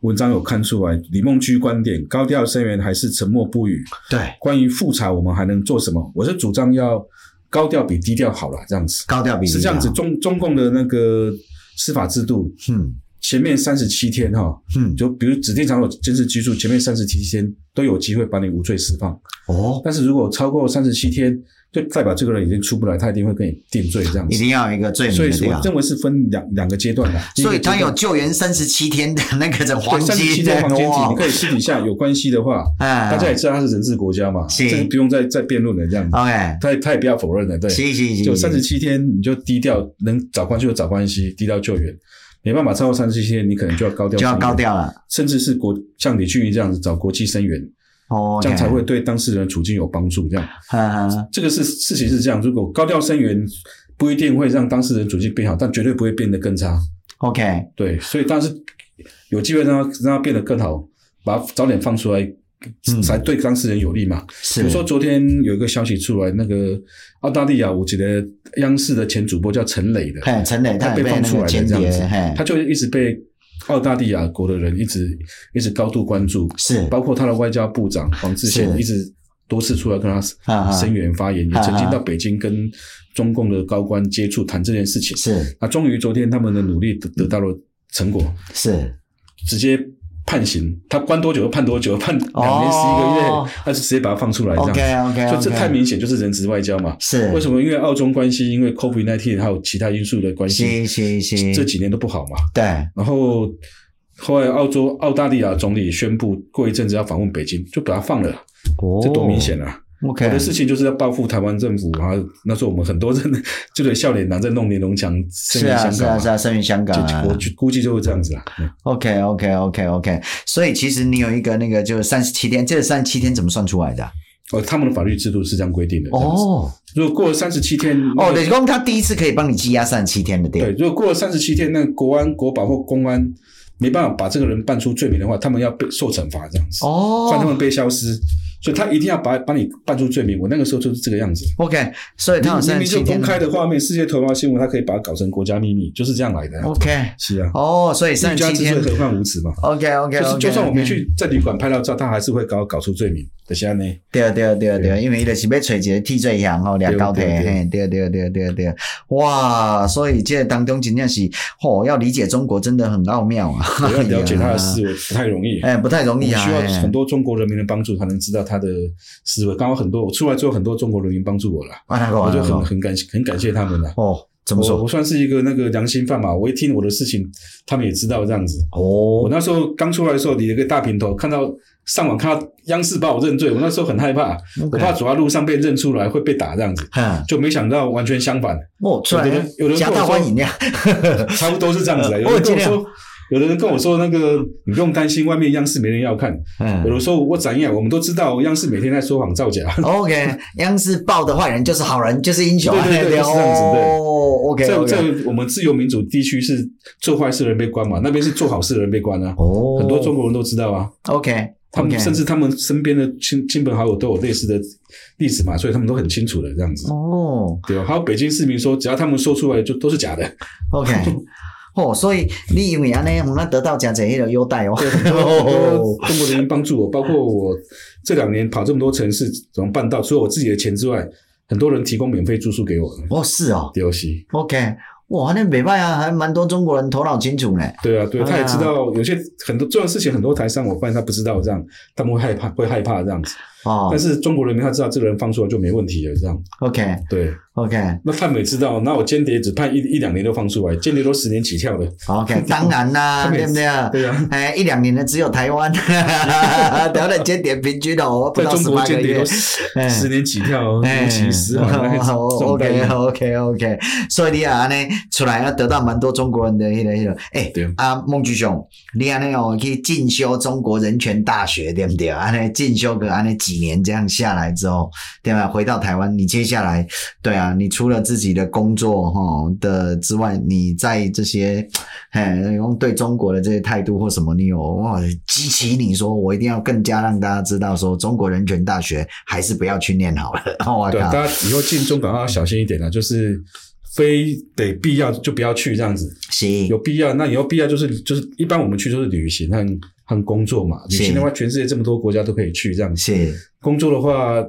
S2: 文章有看出来，李梦居观点高调声援还是沉默不语。
S1: 对，
S2: 关于复查，我们还能做什么？我是主张要高调比低调好了，这样子
S1: 高调比例
S2: 是这样子。，中中共的那个司法制度，
S1: 嗯
S2: 前面三十七天哈、
S1: 嗯，
S2: 就比如指定场所监视居住，前面三十七天都有机会把你无罪释放。
S1: 哦，
S2: 但是如果超过三十七天，就代表这个人已经出不来，他一定会跟你定罪这样
S1: 一
S2: 子。
S1: 定要有一个罪
S2: 嗯所以
S1: 名的地
S2: 我
S1: 方。
S2: 认为是分两两个阶段的。
S1: 所以他有
S2: 第
S1: 救援三十七天的那个的
S2: 一个
S1: 黄
S2: 阶段对三十七
S1: 金
S2: 天
S1: 的
S2: 黄金期，你
S1: 哇，
S2: 可以私底下有关系
S1: [LAUGHS]
S2: 的话，
S1: 哎，
S2: 大家也知道他是人治国家嘛，
S1: 是啊
S2: 这个不用再再辩论了这样子。
S1: OK，
S2: 他也他也不要否认了，对，
S1: 行行行，
S2: 就三十七天你就低调，能找关系就找关系，低调救援。没办法，超过三十七天，你可能就要高调，
S1: 就要高，调了，
S2: 甚至是国像李俊宇这样子找国际声援，
S1: 哦，
S2: 这样才会对当事人的处境有帮助。这样，
S1: 哈哈，
S2: 这个是事情是这样，如果高调声援，不一定会让当事人处境变好，但绝对不会变得更差。
S1: OK，
S2: 对，所以但是有机会让他让他变得更好，把他早点放出来，
S1: 嗯
S2: 才对当事人有利嘛。比
S1: 是
S2: 如说昨天有一个消息出来，那个澳大利亚，我记得央视的前主播叫陈磊的，
S1: 嘿，陈磊
S2: 他
S1: 他也
S2: 被
S1: 被
S2: 放
S1: 那
S2: 出
S1: 个
S2: 来
S1: 间
S2: 了这
S1: 谍
S2: 样子，
S1: 嘿，
S2: 他就一直被澳大利亚国的人一直一直高度关注，
S1: 是
S2: 包括他的外交部长黄志贤
S1: 是
S2: 一直多次出来跟
S1: 啊
S2: 他
S1: 啊
S2: 声援发言，也
S1: 啊啊
S2: 曾经到北京跟中共的高官接触谈这件事情。
S1: 是
S2: 那终于昨天他们的努力得得到了成果，
S1: 是
S2: 直接判刑，他关多久就判多久，判两年十一个
S1: 哦
S2: 月，他就直接把他放出来这样子。
S1: OK OK，
S2: 就这太明显就是人质外交嘛。
S1: 是
S2: 为什么？因为澳中关系，因为 COVID 1 9还有其他因素的关系，
S1: 行行行，
S2: 这几年都不好嘛。
S1: 对
S2: 然后后来澳洲澳大利亚总理宣布过一阵子要访问北京，就把他放了，这多明显啊！
S1: 哦！OK，
S2: 有的事情就是要报复台湾政府啊。那时候我们很多人就对笑脸男在弄林龙强，
S1: 是
S2: 是
S1: 啊是啊是啊，生于香港啊
S2: 就我就估计就会这样子啊。嗯
S1: OK OK OK OK，所以其实你有一个那个就是三十七天，这三十七天怎么算出来的啊？
S2: 呃，他们的法律制度是这样规定的。这样子，
S1: 哦
S2: 如果过了三十七天，那
S1: 哦，
S2: 个
S1: 等于讲他第一次可以帮你积压三十七天的对
S2: 对，如果过了三十七天，那国安、国保或公安没办法把这个人办出罪名的话，他们要被受惩罚这样子，换
S1: 哦
S2: 他们被消失，所以他一定要把把你办出罪名。我那个时候就是这个样子。
S1: ，OK，所以他有
S2: 明
S1: 三
S2: 明
S1: 十
S2: 就
S1: 七
S2: 公
S1: 天
S2: 开的画面，世界头条新闻，他可以把它搞成国家秘密，就是这样来的。
S1: ，OK，
S2: 是啊，
S1: 哦，所以三
S2: 欲
S1: 十
S2: 加
S1: 七
S2: 之罪，
S1: 天
S2: 何患无辞嘛。
S1: ，OK OK
S2: 就是
S1: OK，
S2: 就算我没，去在旅馆拍到照，他还是会搞搞出罪名的。
S1: [LAUGHS]
S2: 现在呢，
S1: 对对对对，因为伊就是要找一个替罪羊哦吼，掠交替，
S2: 对对对
S1: 嘿，对对对对对，哇，所以这当中真正是，吼，要理解中国真的很奥妙啊，
S2: 我要了解他的思维不太容易。
S1: 哎，不太容易啊，
S2: 我需要
S1: 哎
S2: 很多中国人民的帮助，才能知道他的思维。刚刚很多我出来之后，很多中国人民帮助我了，
S1: 啊，那个
S2: 我
S1: 啊
S2: 就很
S1: 那个
S2: 很感很感谢他们了。
S1: 哦，怎么
S2: 我
S1: 说？
S2: 我算是一个那个良心贩嘛，我一听我的事情，他们也知道这样子。我
S1: 哦，
S2: 那时候刚出来的时候，理了个大平头，看到上网看到央视把我认罪，我那时候很害怕，我
S1: OK 嗯
S2: 怕走在路上被认出来会被打这样子，
S1: 哈，
S2: 就没想到完全相反，
S1: 哦，出来
S2: 有的人有的人
S1: 夹
S2: 跟我
S1: 道
S2: 说
S1: 欢
S2: [LAUGHS]
S1: 迎呀，
S2: 差不多是这样
S1: [LAUGHS]
S2: 子啊。
S1: 嗯
S2: 有人跟我
S1: 我有
S2: 说，有的人跟我说那个你不用担心，外面央视没人要看。有
S1: 嗯。
S2: 的时候我怎样，我们都知道央视每天在说谎造假。
S1: OK，央视报的坏人就是好人，就是英雄啊，
S2: 对对对就是这样子对
S1: 哦，OK，
S2: 在在我们自由民主地区是做坏事的人被关嘛，那边是做好事的人被关啊。
S1: 哦，
S2: 很多中国人都知道啊，
S1: OK，
S2: 他们
S1: OK
S2: 甚至他们身边的亲亲朋好友都有类似的例子嘛，所以他们都很清楚的这样子。
S1: 哦
S2: 对吧？啊还有北京市民说，只要他们说出来，就都是假的。
S1: ，OK，哦，
S2: [LAUGHS]
S1: 所以你因为安尼，我们得到真侪迄个优待哦， [LAUGHS]
S2: 很多
S1: 哦
S2: 中国人民帮助我，包括我这两年跑这么多城市，怎么办到？除了我自己的钱之外，很多人提供免费住宿给我。
S1: 哦是哦
S2: 丢西，
S1: ，OK，哇，那袂歹啊，还蛮多中国人头脑清楚呢，
S2: 对啊，对，
S1: 啊
S2: 他也知道有些很多重要的事情，很多台商我发现他不知道这样，他们会害怕，会害怕这样子。
S1: 哦
S2: 但是中国人民他知道这个人放出来就没问题了，这样
S1: ，OK
S2: 对。
S1: OK
S2: 那他们也知道，那我间谍只判一一两年就放出来，间谍都十年起跳的， [LAUGHS]
S1: OK，当然啦，
S2: 他们
S1: 对
S2: 也
S1: 不对？
S2: 对啊。
S1: 哎，一两年的只有台
S2: [LAUGHS]
S1: 湾，台湾的间谍平均哦，不
S2: 在
S1: 到
S2: 中
S1: 十
S2: 国
S1: 八个
S2: 间谍
S1: 月嗯
S2: 都。十十年起跳，
S1: 哎哦
S2: 无期死亡，啊那种这种概
S1: OK
S2: 念
S1: OK OK，所以你啊安尼出来要得到蛮多中国人的迄、个迄、个，诶、
S2: 对
S1: 啊孟局长，你安尼哦去进修中国人权大学对不对？安尼进修个安尼几年这样下来之后，对吧？回到台湾，你接下来对啊，你除了自己的工作哈的之外，你在这些哎用对中国的这些态度或什么，你有哇激起你说我一定要更加让大家知道说中国人权大学还是不要去念啊好了，哦我
S2: 对，
S1: 靠！
S2: 大家以后进中港要啊小心一点啦，就是非得必要就不要去这样子，
S1: 是
S2: 有必要那以后必要就是就是一般我们去就是旅行和和工作嘛，旅
S1: 是
S2: 行的话全世界这么多国家都可以去这样子，
S1: 是
S2: 工作的话。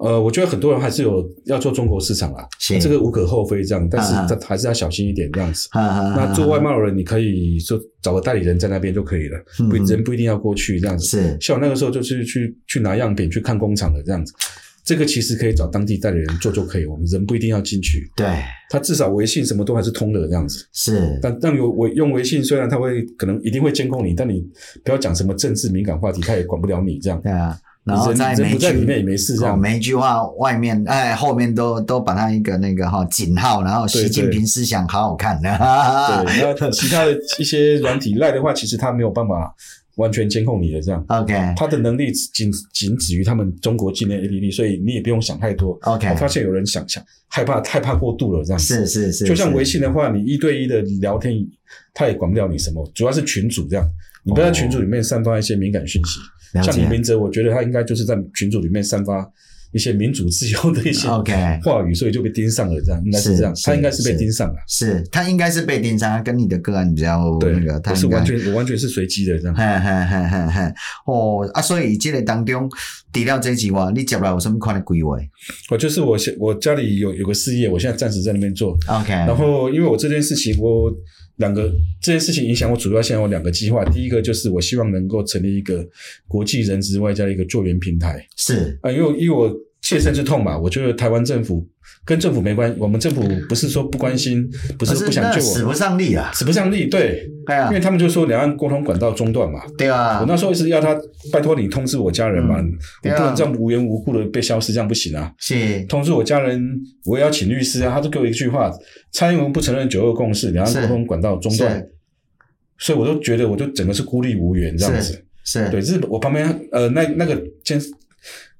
S2: 呃，我觉得很多人还是有要做中国市场啦，啊
S1: 是
S2: 这个无可厚非这样，但是
S1: 啊
S2: 他还是要小心一点这样子。
S1: 哈哈哈
S2: 那做外贸的人，你可以就找个代理人在那边就可以了，不
S1: 嗯
S2: 人不一定要过去这样子。
S1: 是
S2: 像我那个时候就是去去拿样品去看工厂的这样子，这个其实可以找当地代理人做就可以，我们人不一定要进去，
S1: 对
S2: 他至少微信什么都还是通的这样子。
S1: 是
S2: 但但有微用微信，虽然他会可能一定会监控你，但你不要讲什么政治敏感话题，他也管不了你这样。
S1: 对啊，然后
S2: 人
S1: 再
S2: 人
S1: 每
S2: 不在里面也
S1: 句
S2: 没事这
S1: 哦，
S2: 样。
S1: 每一句话外面哎后面都都把它一个那个哈井号，然后习
S2: 对
S1: 近平思想好好看的，哈哈 [LAUGHS] 哈
S2: 对，那其他的一些软体赖的话，其实他没有办法完全监控你的这样。
S1: OK
S2: 他的能力仅仅止于他们中国境内 APP，所以你也不用想太多。
S1: OK
S2: 我发现有人想想害怕害怕过度了这样
S1: 是
S2: 子，
S1: 是是，
S2: 就像
S1: 是
S2: 微信的话，你一对一的聊天，他也管不了你什么，主要是群主这样，你不要在群组里面散发一些敏感讯息。
S1: 了
S2: 像李
S1: 解
S2: 明哲，我觉得他应该就是在群组里面散发一些民主自由的一些
S1: OK
S2: 话语，所以就被盯上了这样，应该是
S1: 是
S2: 这样，
S1: 是
S2: 他应该是被
S1: 是
S2: 盯上了。
S1: 是他应该是被盯上，他跟你的个案比较
S2: 对
S1: 那个，，他
S2: 我是
S1: 应该
S2: 完全我完全是随机的这样
S1: 嘿。嘿嘿嘿嘿，哦啊，所以这个当中，除了这句话，你接下来有什么款的规划
S2: 我哦就是我现我家里有有个事业，我现在暂时在那边做，
S1: ？OK，
S2: 然后因为我这件事情，我两个这件事情影响我主要现在有两个计划，第一个就是我希望能够成立一个国际人质外交的一个救援平台
S1: 是
S2: 啊，因为我因为我切身之痛嘛，我觉得台湾政府跟政府没关系，我们政府不是说不关心，不是不想
S1: 那
S2: 救
S1: 使
S2: 我，
S1: 不上力啊，
S2: 使不上力，对，
S1: 对啊
S2: 因为，他们就说两岸沟通管道中断嘛。
S1: 对啊
S2: 我，那时候是要他拜托你通知我家人嘛，
S1: 嗯
S2: 我
S1: 对啊
S2: 不能这样无缘无故的被消失，这样不行啊。
S1: 是
S2: 通知我家人，我也要请律师啊。他都给我一句话：蔡英文不承认九二共识，两岸沟通管道中断
S1: 是。
S2: 所以我都觉得，我就整个是孤立无援这样子
S1: 是。
S2: 对，日本我旁边呃，那那个监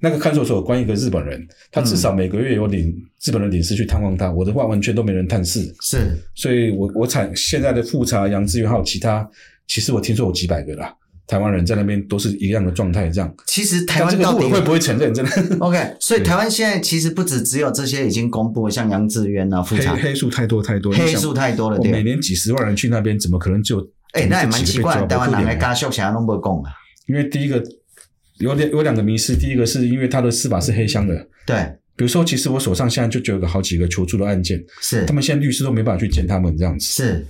S2: 那个看守所有关一个日本人，他
S1: 嗯
S2: 至少每个月有领、日本的领事去探望他，我的话完全都没人探视，
S1: 是
S2: 所以我我产现在的复查杨志远还有其他，其实我听说有几百个啦，台湾人在那边都是一样的状态，这样。
S1: 其实台
S2: 但
S1: 湾
S2: 这个
S1: 到
S2: 陆
S1: 底
S2: 委会不会承认？
S1: [LAUGHS]
S2: 真嗯的
S1: OK，所以
S2: 对
S1: 台湾现在其实不止只有这些已经公布，像杨志渊啊、复
S2: 黑
S1: 查
S2: 黑数太多太多，
S1: 黑
S2: 你想
S1: 数太多了，
S2: 我每
S1: 对。
S2: 年几十万人去那边，怎么可能就？
S1: 哎、那也蛮奇怪，台湾人来
S2: 干？
S1: 加秀啥拢不讲啊？
S2: 因为第一个有两有两个迷失，第一个是因为他的司法是黑箱的，
S1: 对，
S2: 比如说，其实我手上现在就就有个好几个求助的案件，
S1: 是
S2: 他们现在律师都没办法去见他们这样子。
S1: 是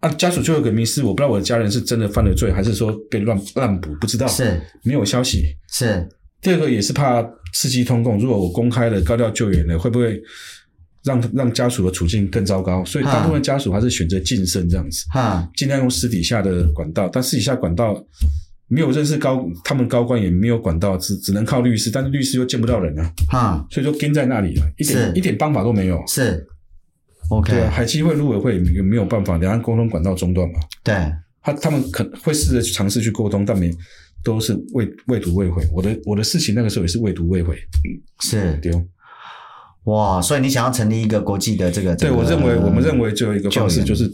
S2: 啊，家属就有个迷失，我不知道我的家人是真的犯了罪，还是说被乱滥捕，不知道，
S1: 是
S2: 没有消息。
S1: 是
S2: 第二个也是怕刺激通共，如果我公开了高调救援了，会不会让让家属的处境更糟糕？所以大部分家属还是选择晋升这样子。
S1: 哈，
S2: 尽量用私底下的管道，但私底下管道没有认识高，他们高官也没有管道，只只能靠律师，但是律师又见不到人啊，
S1: 哈
S2: 所以就跟在那里了，一
S1: 是
S2: 点一点办法都没有。
S1: 是 OK，
S2: 对啊，海基会、陆委会也没有办法，两岸沟通管道中断嘛，
S1: 对
S2: 他他们可会试着去尝试去沟通，但没都是未未读未回。我的我的事情那个时候也是未读未回，
S1: 是
S2: 对哦。
S1: 哇，所以你想要成立一个国际的这个，
S2: 对，
S1: 这个
S2: 我认为我们认为只有一个方式，
S1: 救援
S2: 就是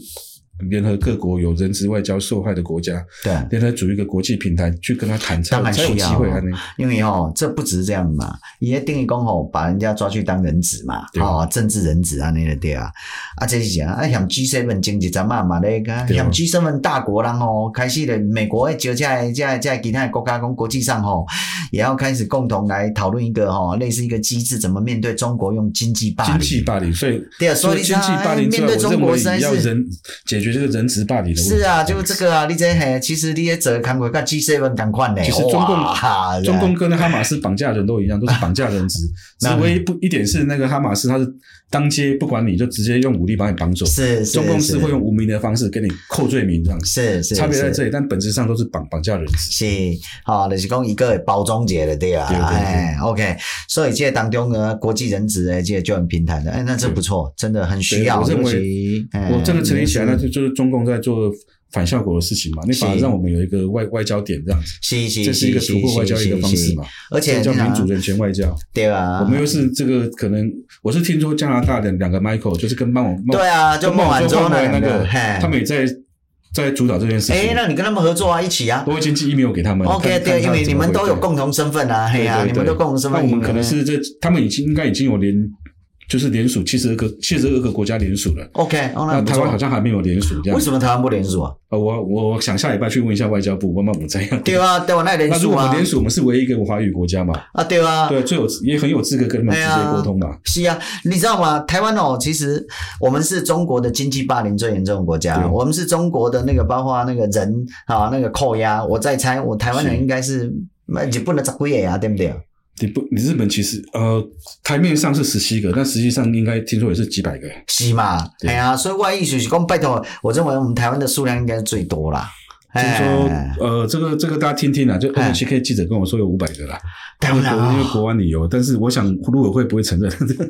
S2: 联合各国有人质外交受害的国家，
S1: 对，
S2: 联合组一个国际平台去跟他谈，才
S1: 当
S2: 有
S1: 然
S2: 才有
S1: 需
S2: 机
S1: 要
S2: 会
S1: 哦
S2: 还能。
S1: 因为哦，这不只是这样嘛，也定义讲吼，把人家抓去当人质嘛，
S2: 对
S1: 哦，政治人质啊，那个对啊，啊，这是啥？啊，像 G7 经济咱嘛嘛咧个，
S2: 对啊
S1: 像 G7 大国人哦，开始咧美国诶，招在在在其他的国家讲国际上吼、也要开始共同来讨论一个吼、类似一个机制，怎么面对中国用经济霸
S2: 经
S1: 凌。
S2: 济霸凌，所以
S1: 对啊，
S2: 除
S1: 所
S2: 了
S1: 以你
S2: 经济霸凌
S1: 看
S2: 之
S1: 面
S2: 外，
S1: 对
S2: 我
S1: 中
S2: 认
S1: 国
S2: 为
S1: 实在
S2: 也要
S1: 是。
S2: 人解决这个人质霸凌的问题。
S1: 是啊，就这个啊，你这嘿，其实你也做看过跟 G7 同款呢。
S2: 其实中共
S1: 哇
S2: 中共跟那哈马斯绑架人都一样，都是绑架人质，
S1: [LAUGHS]
S2: 只
S1: 那
S2: 唯一不一点是那个哈马斯他是当街不管你就直接用武力把你绑走，
S1: 是是
S2: 中共是会用无名的方式给你扣罪名这样子，
S1: 是是
S2: 差别在
S1: 是
S2: 这里，但本质上都是绑绑架人质。
S1: 是，吼、就是讲一个包装节的对啊，
S2: 对对对
S1: 哎，OK，所以这当中呢，国际人质的这个救援平台的，哎，那这不错，真的很需要，
S2: 对我认为
S1: 尤其哎
S2: 我真的成立起来，那
S1: 是
S2: 就就是中共在做反效果的事情嘛，你反而
S1: 是
S2: 让我们有一个外外交点这样子，
S1: 是是，
S2: 这是一个突破外交的一个方式嘛
S1: 是，，而且
S2: 这叫
S1: 你
S2: 民主
S1: 想
S2: 人权外交。
S1: 对啊，
S2: 我们又是这个可能，我是听说加拿大的两个 Michael 就是跟孟孟
S1: 对啊，就
S2: 跟
S1: 孟晚舟
S2: 换回来那
S1: 个
S2: 个，
S1: 嘿，
S2: 他们也在在主导这件事情。
S1: 哎，那你跟他们合作啊，一起啊
S2: 我已经寄 email 给他们
S1: ，OK，
S2: 看看
S1: 对，
S2: 他
S1: 因为你们
S2: 怎么
S1: 都
S2: 回
S1: 有
S2: 对
S1: 共同身份啊，嘿啊，
S2: 对对
S1: 你们
S2: 对
S1: 都共同身份，嗯
S2: 那我们
S1: 你
S2: 可能是这，他们已经应该已经有联，就是联署七十二个七十二个国家联署了。
S1: OK，哦，那
S2: 那
S1: 很不
S2: 台湾好
S1: 错。
S2: 像还没有联署这样
S1: 为。什么台湾不联署啊？
S2: 呃，我我我想下礼拜去问一下外交部，问问我们怎样。
S1: 对啊，对我那联
S2: 那如
S1: 署
S2: 果我们
S1: 啊
S2: 联，署，我们是唯一一个华语国家嘛？
S1: 啊，对啊，
S2: 对，最有也很有资格跟他们直
S1: 哎
S2: 接
S1: 呀
S2: 沟通嘛。
S1: 是啊，你知道吗？台湾哦，其实我们是中国的经济霸凌最严重的国家，哦
S2: 对
S1: 我们是中国的那个包括那个人啊，那个扣押。我在猜，我台湾人
S2: 是
S1: 应该是那也不能砸龟啊，对不对？
S2: 你不，你日本其实呃，台面上是十七个，但实际上应该听说也是几百个。
S1: 是嘛？
S2: 对
S1: 哎呀、所以外意思是讲，拜托，我认为我们台湾的数量应该是最多啦。
S2: 听说
S1: 哎，
S2: 呃，这个这个大家听听啦，就
S1: 哎
S2: NHK 记者跟我说有五百个啦，
S1: 当然
S2: 因为
S1: 啊，
S2: 国安理由，但是我想陆委会不会承
S1: [LAUGHS]
S2: 认。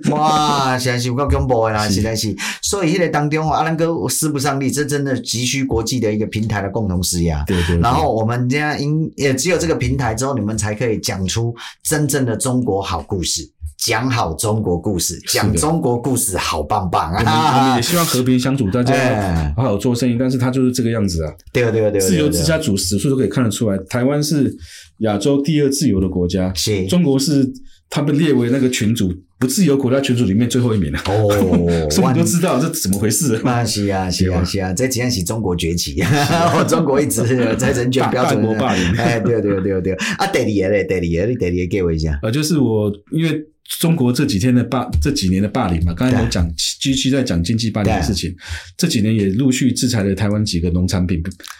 S1: 哇，实在是有够恐怖的啦，
S2: 是
S1: 实在是。所以迄个当中哦，阿兰哥势不上力，这真的急需国际的一个平台的共同施压。
S2: 对对对
S1: 然后我们这样因也只有这个平台之后，你们才可以讲出真正的中国好故事，讲好中国故事，讲中国故 [LAUGHS] 事好棒棒
S2: 我们我们
S1: 啊
S2: 也！希望和平相处，大
S1: 哎
S2: 家好好做生意，但是他就是这个样子啊。
S1: 对对对对，
S2: 自由
S1: 对
S2: 之家主指数都可以看得出来，台湾是亚洲第二自由的国家，
S1: 是
S2: 中国是他们列为那个群主不自由国家群组里面最后一名了、
S1: 哦，
S2: 所以
S1: 万
S2: 你就知道这怎么回事了。
S1: 啊，是啊，是
S2: 对
S1: 啊，
S2: 吧
S1: 是啊，这几年是中国崛起， [LAUGHS] 我中国一直在人权标准
S2: 大国霸凌
S1: [LAUGHS]
S2: 啊
S1: 哎，对对对对，啊，第二个嘞，第二个，你第二个给我一下，
S2: 呃，就是我因为中国这几天的霸，这几年的霸凌嘛，刚才我讲 G 七在讲经济霸凌的事情，这几年也陆续制裁了台湾几个农产品，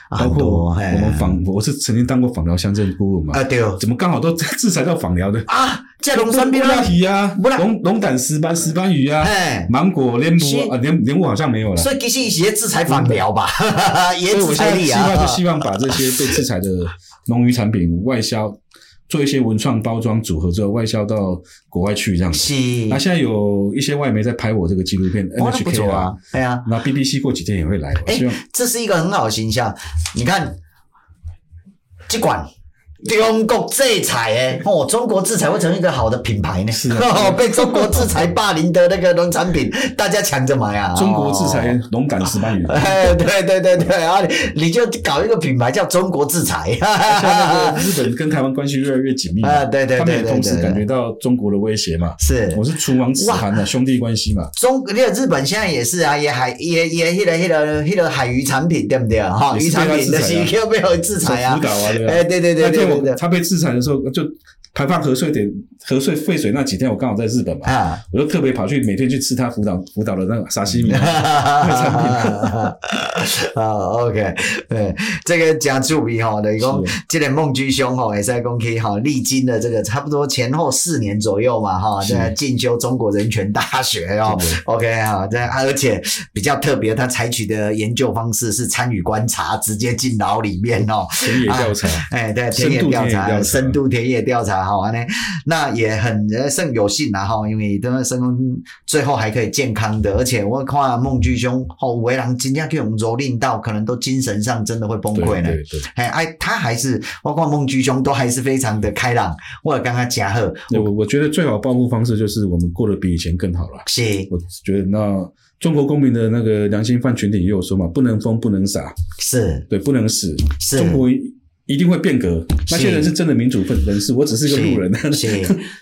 S1: 啊
S2: 包
S1: 很
S2: 括
S1: 多
S2: 我
S1: 哎
S2: 们访，我是曾经当过访疗乡镇顾问嘛
S1: 啊，，对哦，
S2: 怎么刚好都 [LAUGHS] 制裁到访疗的？
S1: 啊，在龙山边
S2: 布拉
S1: 啊，
S2: 提啊，
S1: 不啦
S2: 龙龙胆石斑石斑鱼啊，
S1: 哎，
S2: 芒果莲
S1: 是
S2: 雾啊，莲莲雾好像没有了。
S1: 所以其实一些制裁反聊吧， [LAUGHS] 也
S2: 所以我
S1: 制
S2: 现
S1: 裁
S2: 在
S1: 力
S2: 希
S1: 啊
S2: 望，就希望把这些被制裁的农渔产品外销，做一些文创包装组合之后外销到国外去这样子。
S1: 是，
S2: 那现在有一些外媒在拍我这个纪录片
S1: 嗯哦，那不
S2: ，NHK
S1: 错啊，，对啊，
S2: 那 BBC 过几天也会来，我哦
S1: 哎
S2: 希望
S1: 这是一个很好的形象。你看，这管中国制裁哎，哦，中国制裁会成为一个好的品牌呢。
S2: 是啊
S1: 哦， [LAUGHS] 被中国制裁霸凌的那个农产品，大家抢着买啊。
S2: 中国制裁
S1: 哦。
S2: 龙胆石斑鱼，
S1: 哎，对对对对，啊，你你就搞一个品牌叫中国制裁，哈哈
S2: 像那
S1: 哈
S2: 个
S1: 哈
S2: 日本跟台湾关系越来越紧密嘛
S1: 啊对对对
S2: 他们也同时
S1: 对对对
S2: 感觉到中国的威胁嘛。
S1: [LAUGHS] 是
S2: 我。是唇亡齿寒的啊兄弟关系嘛，
S1: 中那个日本现在也是啊，也海也也那个那个那个海鱼产品对不对啊？哈，
S2: 也
S1: 鱼
S2: 是
S1: 产
S2: 被他
S1: 品的
S2: 制裁啊
S1: 是有没有制
S2: 受
S1: 裁啊
S2: 辅？导啊， [LAUGHS] 对吧？
S1: 哎，对对对
S2: 那
S1: 对
S2: 天
S1: 对对
S2: [LAUGHS] 我他被制裁的时候，就排放核税点核税废水那几天，我刚好在日本嘛，
S1: 啊。。
S2: 我就特别跑去每天去吃他辅导辅导的那个沙西米
S1: [LAUGHS] 啊，OK，对，哦这个加注意哈，等于讲
S2: 是，
S1: 这个孟居兄哈，也在讲去哈，历经了这个差不多前后四年左右嘛哈，
S2: 是
S1: 在进修中国人权大学哦
S2: 真的
S1: ，OK 啊，这啊而且比较特别，他采取的研究方式是参与观察，直接进牢里面哦，
S2: 田野调查，
S1: 哎，对，
S2: 深
S1: 田野
S2: 度
S1: 调
S2: 田野
S1: 查、
S2: 调查
S1: 深度田野调查哈，那那也很呃甚有幸啦哈，因为等生最后还可以健康的，而且我看孟居兄吼为人真正给我们蹂躏到，可能都精神上真的会崩
S2: 对
S1: 溃呢。
S2: 对对，
S1: 哎哎，他还是包括孟居兄都还是非常的开朗，我刚刚加贺
S2: 对我我觉得最好的报复方式就是我们过得比以前更好了。
S1: 是
S2: 我觉得那中国公民的那个良心犯群体也有说嘛，不能疯，不能傻，
S1: 是
S2: 对，不能死。
S1: 是
S2: 中国一定会变革，
S1: 是
S2: 那些人是真的民主分人士，我只是一个路人。
S1: 是，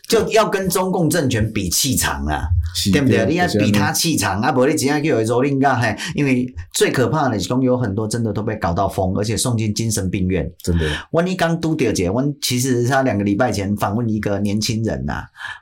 S1: 就要跟中共政权比气场啊。
S2: [LAUGHS] 是
S1: 对不对？你要比他
S2: 他
S1: 气场啊，不然你怎样叫蹂躏噶嘿？因为最可怕的是讲有很多真的都被搞到疯，而且送进精神病院。
S2: 真的
S1: 我你刚拄到姐，我其实他两个礼拜前访问一个年轻人呐、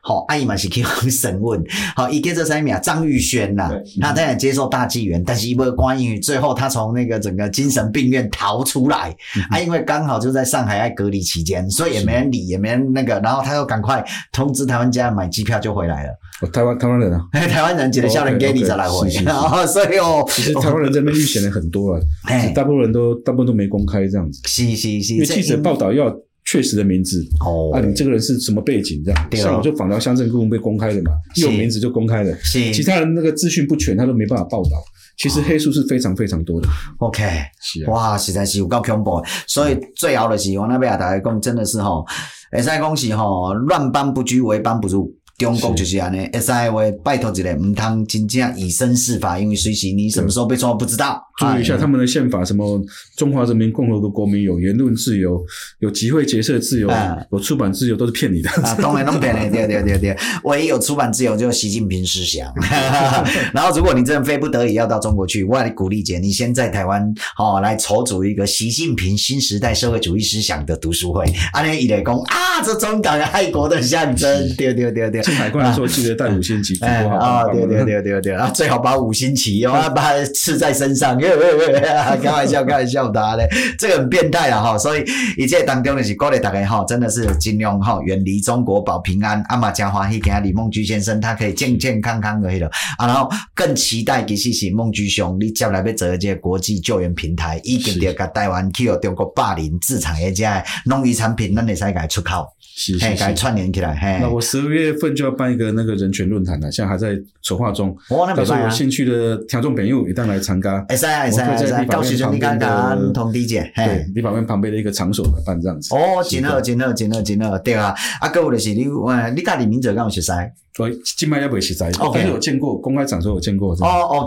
S1: 好、阿姨嘛是去 [LAUGHS] 访审问，好、一个这三秒张玉轩呐、
S2: 对
S1: 他在接受大纪元，但是因为关于最后他从那个整个精神病院逃出来，啊，因为刚好就在上海在隔离期间，所以也没人理，也没人那个，然后他又赶快通知台湾家人买机票就回来了。
S2: 哦台湾台湾
S1: [LAUGHS]
S2: 人啊，
S1: 台湾人觉得笑人给你再来回
S2: 哦 OK，OK，是是，是
S1: 然后所以 [LAUGHS] 哦，
S2: 其实台湾人在那边遇险的很多啊，只
S1: 哎
S2: 是，大部分人都大部分都没公开这样子，
S1: 是是
S2: 因
S1: 是，
S2: 为记者报道要确实的名字。
S1: 哦
S2: 啊，，你这个人是什么背景？这样，
S1: 对哦
S2: 像我就访到乡镇顾问被公开的嘛，
S1: 是
S2: 一有名字就公开了。
S1: 是
S2: 其他人那个资讯不全，他都没办法报道。其实黑数是非常非常多的。
S1: OK，
S2: 是啊，
S1: 哇，实在啊是有够恐怖的，所以最后的是我那边也大家讲，真的是吼，会使讲是吼，乱搬不居，为搬不住。中国就是安尼，会使的话拜托一个，唔通真正以身试法，因为随时你什么时候被抓不知道。
S2: 注意一下
S1: 哎
S2: 他们的宪法，什么中华人民共和国国民有言论自由，有集会结社自由
S1: 嗯，
S2: 有出版自由，都是骗你
S1: [LAUGHS]
S2: 的。
S1: 啊，当然弄骗了，对对对对，唯一有出版自由就是习近平思
S2: [LAUGHS]
S1: 想。 [LAUGHS] 然后，如果你真的非不得已要到中国去，我也鼓励姐，你先在台湾哦来筹组一个习近平新时代社会主义思想的读书会，安尼伊来讲啊，这中港爱国的象征，对对对啊对。
S2: 进海关的时候记得带五 [LAUGHS] 星级
S1: [LAUGHS]
S2: 符
S1: 哎
S2: 号
S1: 啊，对对，对对对，啊，最好把五星旗
S2: [LAUGHS]
S1: 哦，把它刺在身上，喂喂喂，啊开玩笑，开玩笑的嘞， [LAUGHS] 这个很变态啊哈，所以一切当中就是鼓励大家哈，真的是尽量哈远离中国保平安，阿玛加欢喜，给他李梦居先生他可以健健康康的迄落，啊，然后更期待其实是梦居兄，你接下来要做的这个国际救援平台，已经着甲台湾去互中国霸凌制裁的这些农渔产品，咱会使甲出口，
S2: 是
S1: 嘿，
S2: 是
S1: 甲
S2: 是。
S1: 串联起来，嘿
S2: 那，我十二月份就要办一个那个人权论坛了，现在还在筹划中。
S1: 我那
S2: 到
S1: 没
S2: 时候
S1: 办
S2: 有
S1: 啊。
S2: 兴趣的听众朋友一旦来参加，
S1: 会使啊，会使啊，会使啊，到时阵你敢甲咱通知者，
S2: 对
S1: 嘿。，
S2: 立法院旁边的一个场所来办这样子。
S1: 哎哦，真好，真好，真好，真好，对啊。啊，搁有就是你，呃，你家李明哲敢有熟识？
S2: 我今麦要不实在，
S1: OK
S2: 但是有见过公开场所有见过。真的
S1: 哦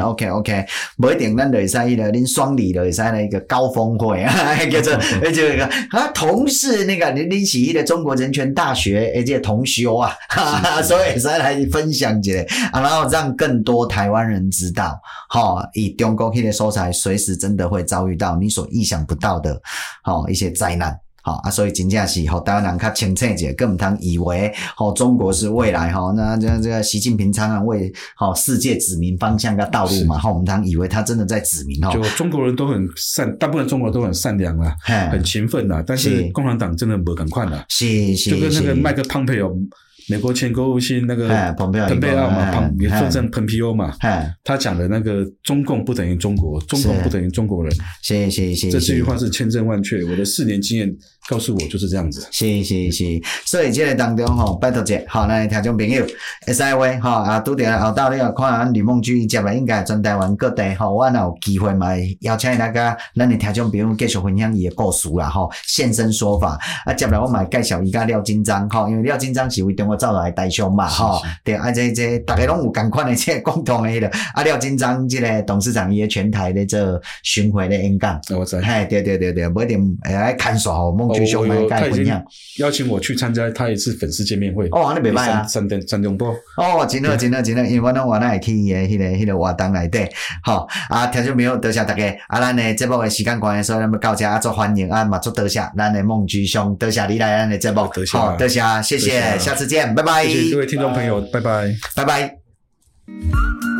S1: ，OK，OK，OK，OK，无一定，咱就会使迄个恁双礼就会使那个高峰会啊， [LAUGHS] 叫做叫做一个啊，同是那个恁恁是迄个中国人权大学诶，这同修啊，哈哈所以会使来分享一下啊，然后让更多台湾人知道，吼、以中国迄个所在，随时真的会遭遇到你所意想不到的，吼、一些灾难。好啊，所以真正是吼台湾人较清醒一点，更毋通以为吼中国是未来吼，那这这个习近平常常为吼世界指明方向跟道路嘛，吼毋通以为他真的在指明吼
S2: 就，中国人都很善，大部分中国人都很善良啦，
S1: 嘿
S2: 很勤奋啦，但
S1: 哎是
S2: 是共产党真的不肯看啦，
S1: 是是
S2: 啊就跟那
S1: 是
S2: 个麦克庞培奥，美国前国务卿那个
S1: 哎蓬佩奥
S2: 蓬佩奥嘛，
S1: 哎
S2: 庞也
S1: 哎
S2: 分成蓬皮欧嘛，
S1: 嘿
S2: 他讲的那个中共不等于中国，中共
S1: 是
S2: 不等于中国人，
S1: 是是是
S2: 这句
S1: 是
S2: 话是千真万确，我的四年经验告诉我就是这样子。
S1: 是是是，所以这个当中吼，拜托者吼，咱的听众朋友，会使话吼啊，拄着后头你有看咱吕梦居接来，应该全台湾各地吼，我若有机会嘛，会邀请大家咱的听众朋友继续分享伊的故事啦吼，现身说法啊，接来我嘛会介绍伊甲廖金章吼，因为廖金章是为中国走来台商嘛吼
S2: 是，
S1: 对啊，这这大家拢有共款的这个共同的迄落啊，廖金章即个董事长伊的全台咧做巡回咧演讲，
S2: 那我在，
S1: 嘿，对对对对，无一定会来看煞吼，梦
S2: 哦
S1: 居兄
S2: 我
S1: 来
S2: 有
S1: 甲
S2: 他
S1: 伊
S2: 已
S1: 分
S2: 经
S1: 享。
S2: 邀请我去参加他一次粉丝见面会。
S1: 哦，安尼袂歹啊
S2: 三！三点三点波，
S1: 哦，真好，真好，真好，因为我拢原来会去伊诶迄个、迄、个活动内底，吼、啊，听众朋友，多谢大家，啊，咱诶节目诶时间关系，所以咱要到遮，啊，做欢迎，啊，嘛做多谢，咱诶梦居兄，多谢你来咱诶节目，好
S2: 多谢啊
S1: 多谢，谢
S2: 多谢
S1: 谢，
S2: 啊
S1: 哎下次见，拜拜，
S2: 谢谢各位听众朋友，拜拜。
S1: 拜拜。